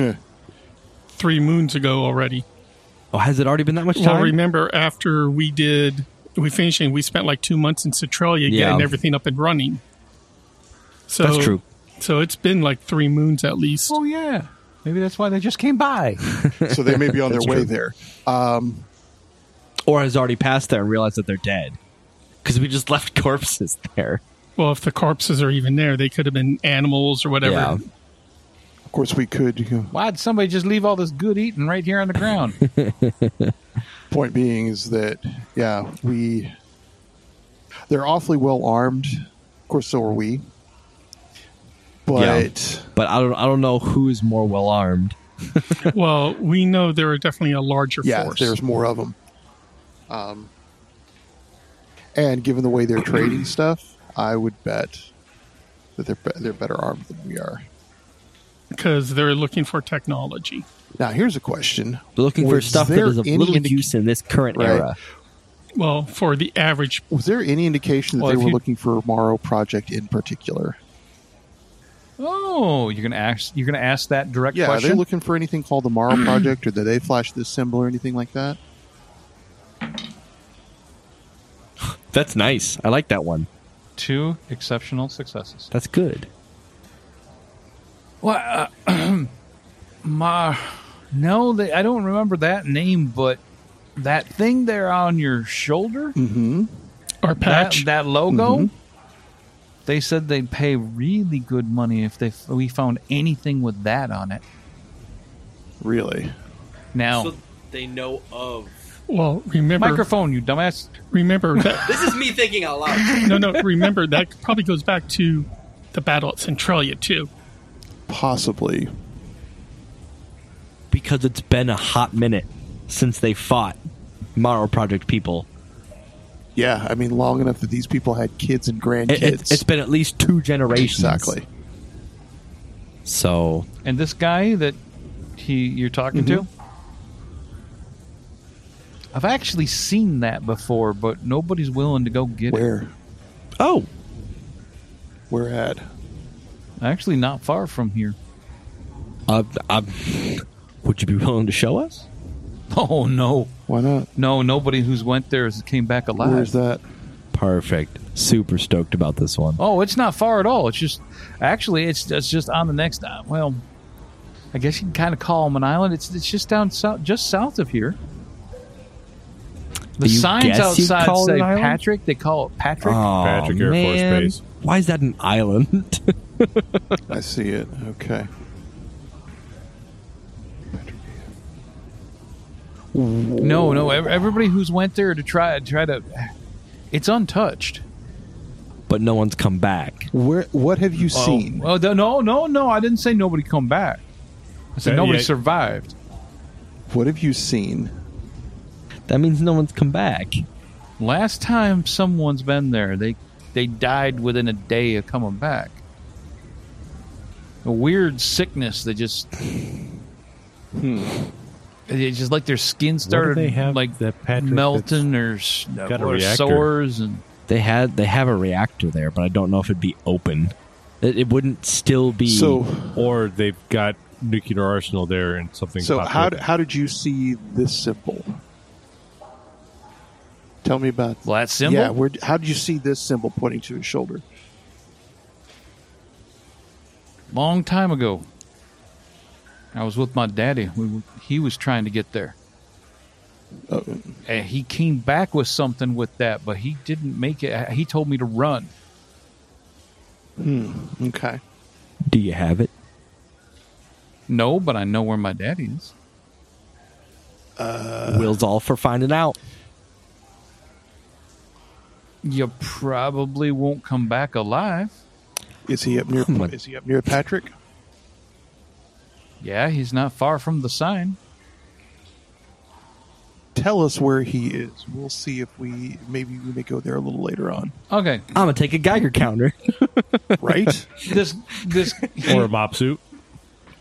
Speaker 1: three moons ago already.
Speaker 4: Oh, has it already been that much
Speaker 1: Well,
Speaker 4: time?
Speaker 1: remember after we did we finishing, we spent like two months in
Speaker 4: Yeah.
Speaker 1: Citralia getting everything up and running. So
Speaker 4: That's true.
Speaker 1: So it's been like three moons at least.
Speaker 2: Oh yeah, maybe that's why they just came by.
Speaker 8: So they may be on their way there.
Speaker 4: Or has already passed there and realized that they're dead. Because we just left corpses there.
Speaker 1: Well, if the corpses are even there, they could have been animals or whatever.
Speaker 4: Yeah.
Speaker 8: Of course, we could. You know,
Speaker 2: Why'd somebody just leave all this good eating right here on the ground?
Speaker 8: point being is that yeah we they're awfully well armed of course so are we but
Speaker 4: But I don't, I don't know who's more well armed.
Speaker 1: Well, we know there are definitely a larger
Speaker 8: yeah,
Speaker 1: force.
Speaker 8: there's more of them um, and given the way they're trading stuff i would bet that they're, be- they're better armed than we are
Speaker 1: because they're looking for technology.
Speaker 8: now here's a question
Speaker 4: They're looking for
Speaker 8: Was
Speaker 4: stuff that
Speaker 8: there
Speaker 4: is of
Speaker 8: any
Speaker 4: little
Speaker 8: indic-
Speaker 4: use in this current
Speaker 8: Right.
Speaker 4: era.
Speaker 1: Well, for the average,
Speaker 8: was there any indication that
Speaker 2: Well,
Speaker 8: they
Speaker 2: if
Speaker 8: were
Speaker 2: you-
Speaker 8: looking for morrow project in particular
Speaker 2: oh, you're gonna ask. You're gonna ask that direct
Speaker 8: yeah are they
Speaker 2: question.
Speaker 8: looking for anything called the morrow project or did they flash this symbol or anything like that
Speaker 4: That's nice. I like that one.
Speaker 2: Two exceptional successes.
Speaker 4: That's good.
Speaker 2: Well, uh, Mar, no, they, I don't remember that name, but that thing there on your shoulder,
Speaker 1: our
Speaker 2: that,
Speaker 1: patch,
Speaker 2: that logo, they said they'd pay really good money if they if we found anything with that on it.
Speaker 8: really
Speaker 2: Now,
Speaker 7: So they know of.
Speaker 1: well, remember,
Speaker 2: microphone, you dumbass.
Speaker 1: remember that.
Speaker 7: This is me thinking out loud.
Speaker 1: no, no, remember that probably goes back to the battle at Centralia too.
Speaker 8: possibly
Speaker 4: Because it's been a hot minute since they fought Morrow Project people.
Speaker 8: Yeah, I mean, long enough that these people had kids and
Speaker 4: It,
Speaker 8: grandkids.
Speaker 4: it, it's been at least two generations.
Speaker 8: exactly.
Speaker 4: So
Speaker 2: And this guy that he you're talking to, I've actually seen that before, but nobody's willing to go get it.
Speaker 8: Where
Speaker 4: Oh,
Speaker 8: we're at.
Speaker 2: Actually, not far from here.
Speaker 4: uh, uh, would you be willing to show us?
Speaker 2: Oh no,
Speaker 8: Why not?
Speaker 2: no, nobody who's went there has came back alive.
Speaker 8: Where's that?
Speaker 4: Perfect. Super stoked about this one.
Speaker 2: Oh, it's not far at all. It's just actually it's it's just on the next. uh, Well, I guess you can kind of call them an island. It's it's just down south, just south of here. The
Speaker 4: You
Speaker 2: signs
Speaker 4: guess you'd
Speaker 2: outside
Speaker 4: call it
Speaker 2: say
Speaker 4: an island? Oh.
Speaker 2: Patrick. They call it Patrick.
Speaker 3: Patrick
Speaker 8: Oh,
Speaker 3: Air Force Base.
Speaker 4: Why is that an island?
Speaker 8: I see it. Okay.
Speaker 2: No, no. ev- Everybody who's went there to try try to, it's untouched.
Speaker 4: but no one's come back.
Speaker 8: Where? What have you seen?
Speaker 2: Oh, oh, no, no, no. I didn't say nobody come back. I said
Speaker 3: Yeah,
Speaker 2: nobody
Speaker 3: yeah.
Speaker 2: survived.
Speaker 8: What have you seen?
Speaker 4: That means no one's come back.
Speaker 2: Last time someone's been there, they they died within a day of coming back. A weird sickness that just It's just like their skin started
Speaker 3: they have
Speaker 2: like
Speaker 3: that Patrick
Speaker 2: melting or, s-
Speaker 3: got a
Speaker 2: or
Speaker 3: reactor?
Speaker 2: sores and
Speaker 4: They had they have a reactor there, but I don't know if it'd be open. It, it wouldn't still be
Speaker 8: So
Speaker 3: Or they've got nuclear arsenal there and something.
Speaker 8: so
Speaker 3: popped
Speaker 8: how
Speaker 3: up.
Speaker 8: d- how did you see this symbol? Tell me about
Speaker 2: well, that symbol.
Speaker 8: Yeah, where, how did you see this symbol pointing to his shoulder?
Speaker 2: long time ago. I was with my daddy. We, were- he was trying to get there. And he came back with something with that, but he didn't make it. He told me to run.
Speaker 8: Okay.
Speaker 4: do you have it?
Speaker 2: No, but I know where my daddy is.
Speaker 4: Will's all for finding out.
Speaker 2: You probably won't come back alive.
Speaker 8: Is he up near?
Speaker 4: my-
Speaker 8: Is he up near Patrick?
Speaker 2: Yeah, he's not far from the sign.
Speaker 8: Tell us where he is. We'll see if we maybe we may go there a little later on.
Speaker 2: Okay,
Speaker 4: I'm gonna take a Geiger counter.
Speaker 8: Right?
Speaker 2: this this
Speaker 3: or a mop suit.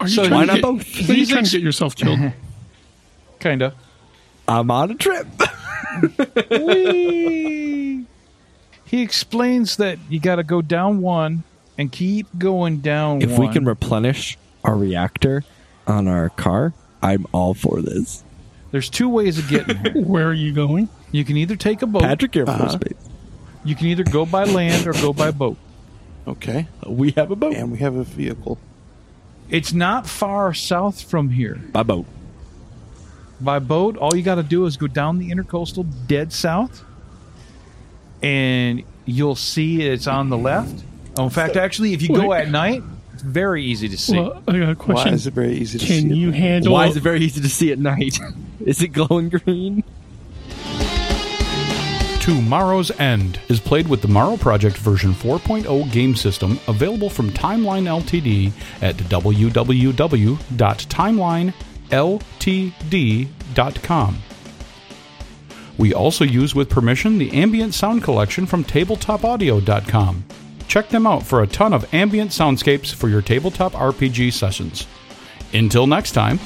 Speaker 1: Are you
Speaker 2: So
Speaker 1: trying,
Speaker 2: why
Speaker 1: to
Speaker 2: not
Speaker 1: get,
Speaker 2: both?
Speaker 1: Are you
Speaker 2: He's
Speaker 1: trying
Speaker 2: ex-
Speaker 1: to get yourself killed?
Speaker 2: kind of
Speaker 4: I'm on a trip.
Speaker 2: Whee! he explains that you got to go down one and keep going down.
Speaker 4: if we
Speaker 2: one.
Speaker 4: can replenish our reactor on our car, I'm all for this.
Speaker 2: there's two ways of getting here.
Speaker 1: Where are you going?
Speaker 2: You can either take a boat.
Speaker 4: Patrick Air Force Base.
Speaker 2: You can either go by land or go by boat.
Speaker 8: Okay.
Speaker 4: We have a boat.
Speaker 8: And we have a vehicle.
Speaker 2: It's not far south from here.
Speaker 4: My boat.
Speaker 2: By boat, all you got to do is go down the intercoastal dead south, and you'll see it's on the left. Oh, in fact, actually, if you go
Speaker 1: Wait.
Speaker 2: at night, it's very easy to see.
Speaker 1: Well, I got a
Speaker 8: Why
Speaker 1: question.
Speaker 8: is it very easy to
Speaker 1: Can
Speaker 8: see?
Speaker 1: you handle?
Speaker 4: Why is it very easy to see at night? is it glowing green?
Speaker 10: Tomorrow's End is played with the Morrow Project version 4.0 game system available from Timeline LTD at www.timelineltd.com. We also use with permission the ambient sound collection from tabletopaudio.com. Check them out for a ton of ambient soundscapes for your tabletop RPG sessions. Until next time,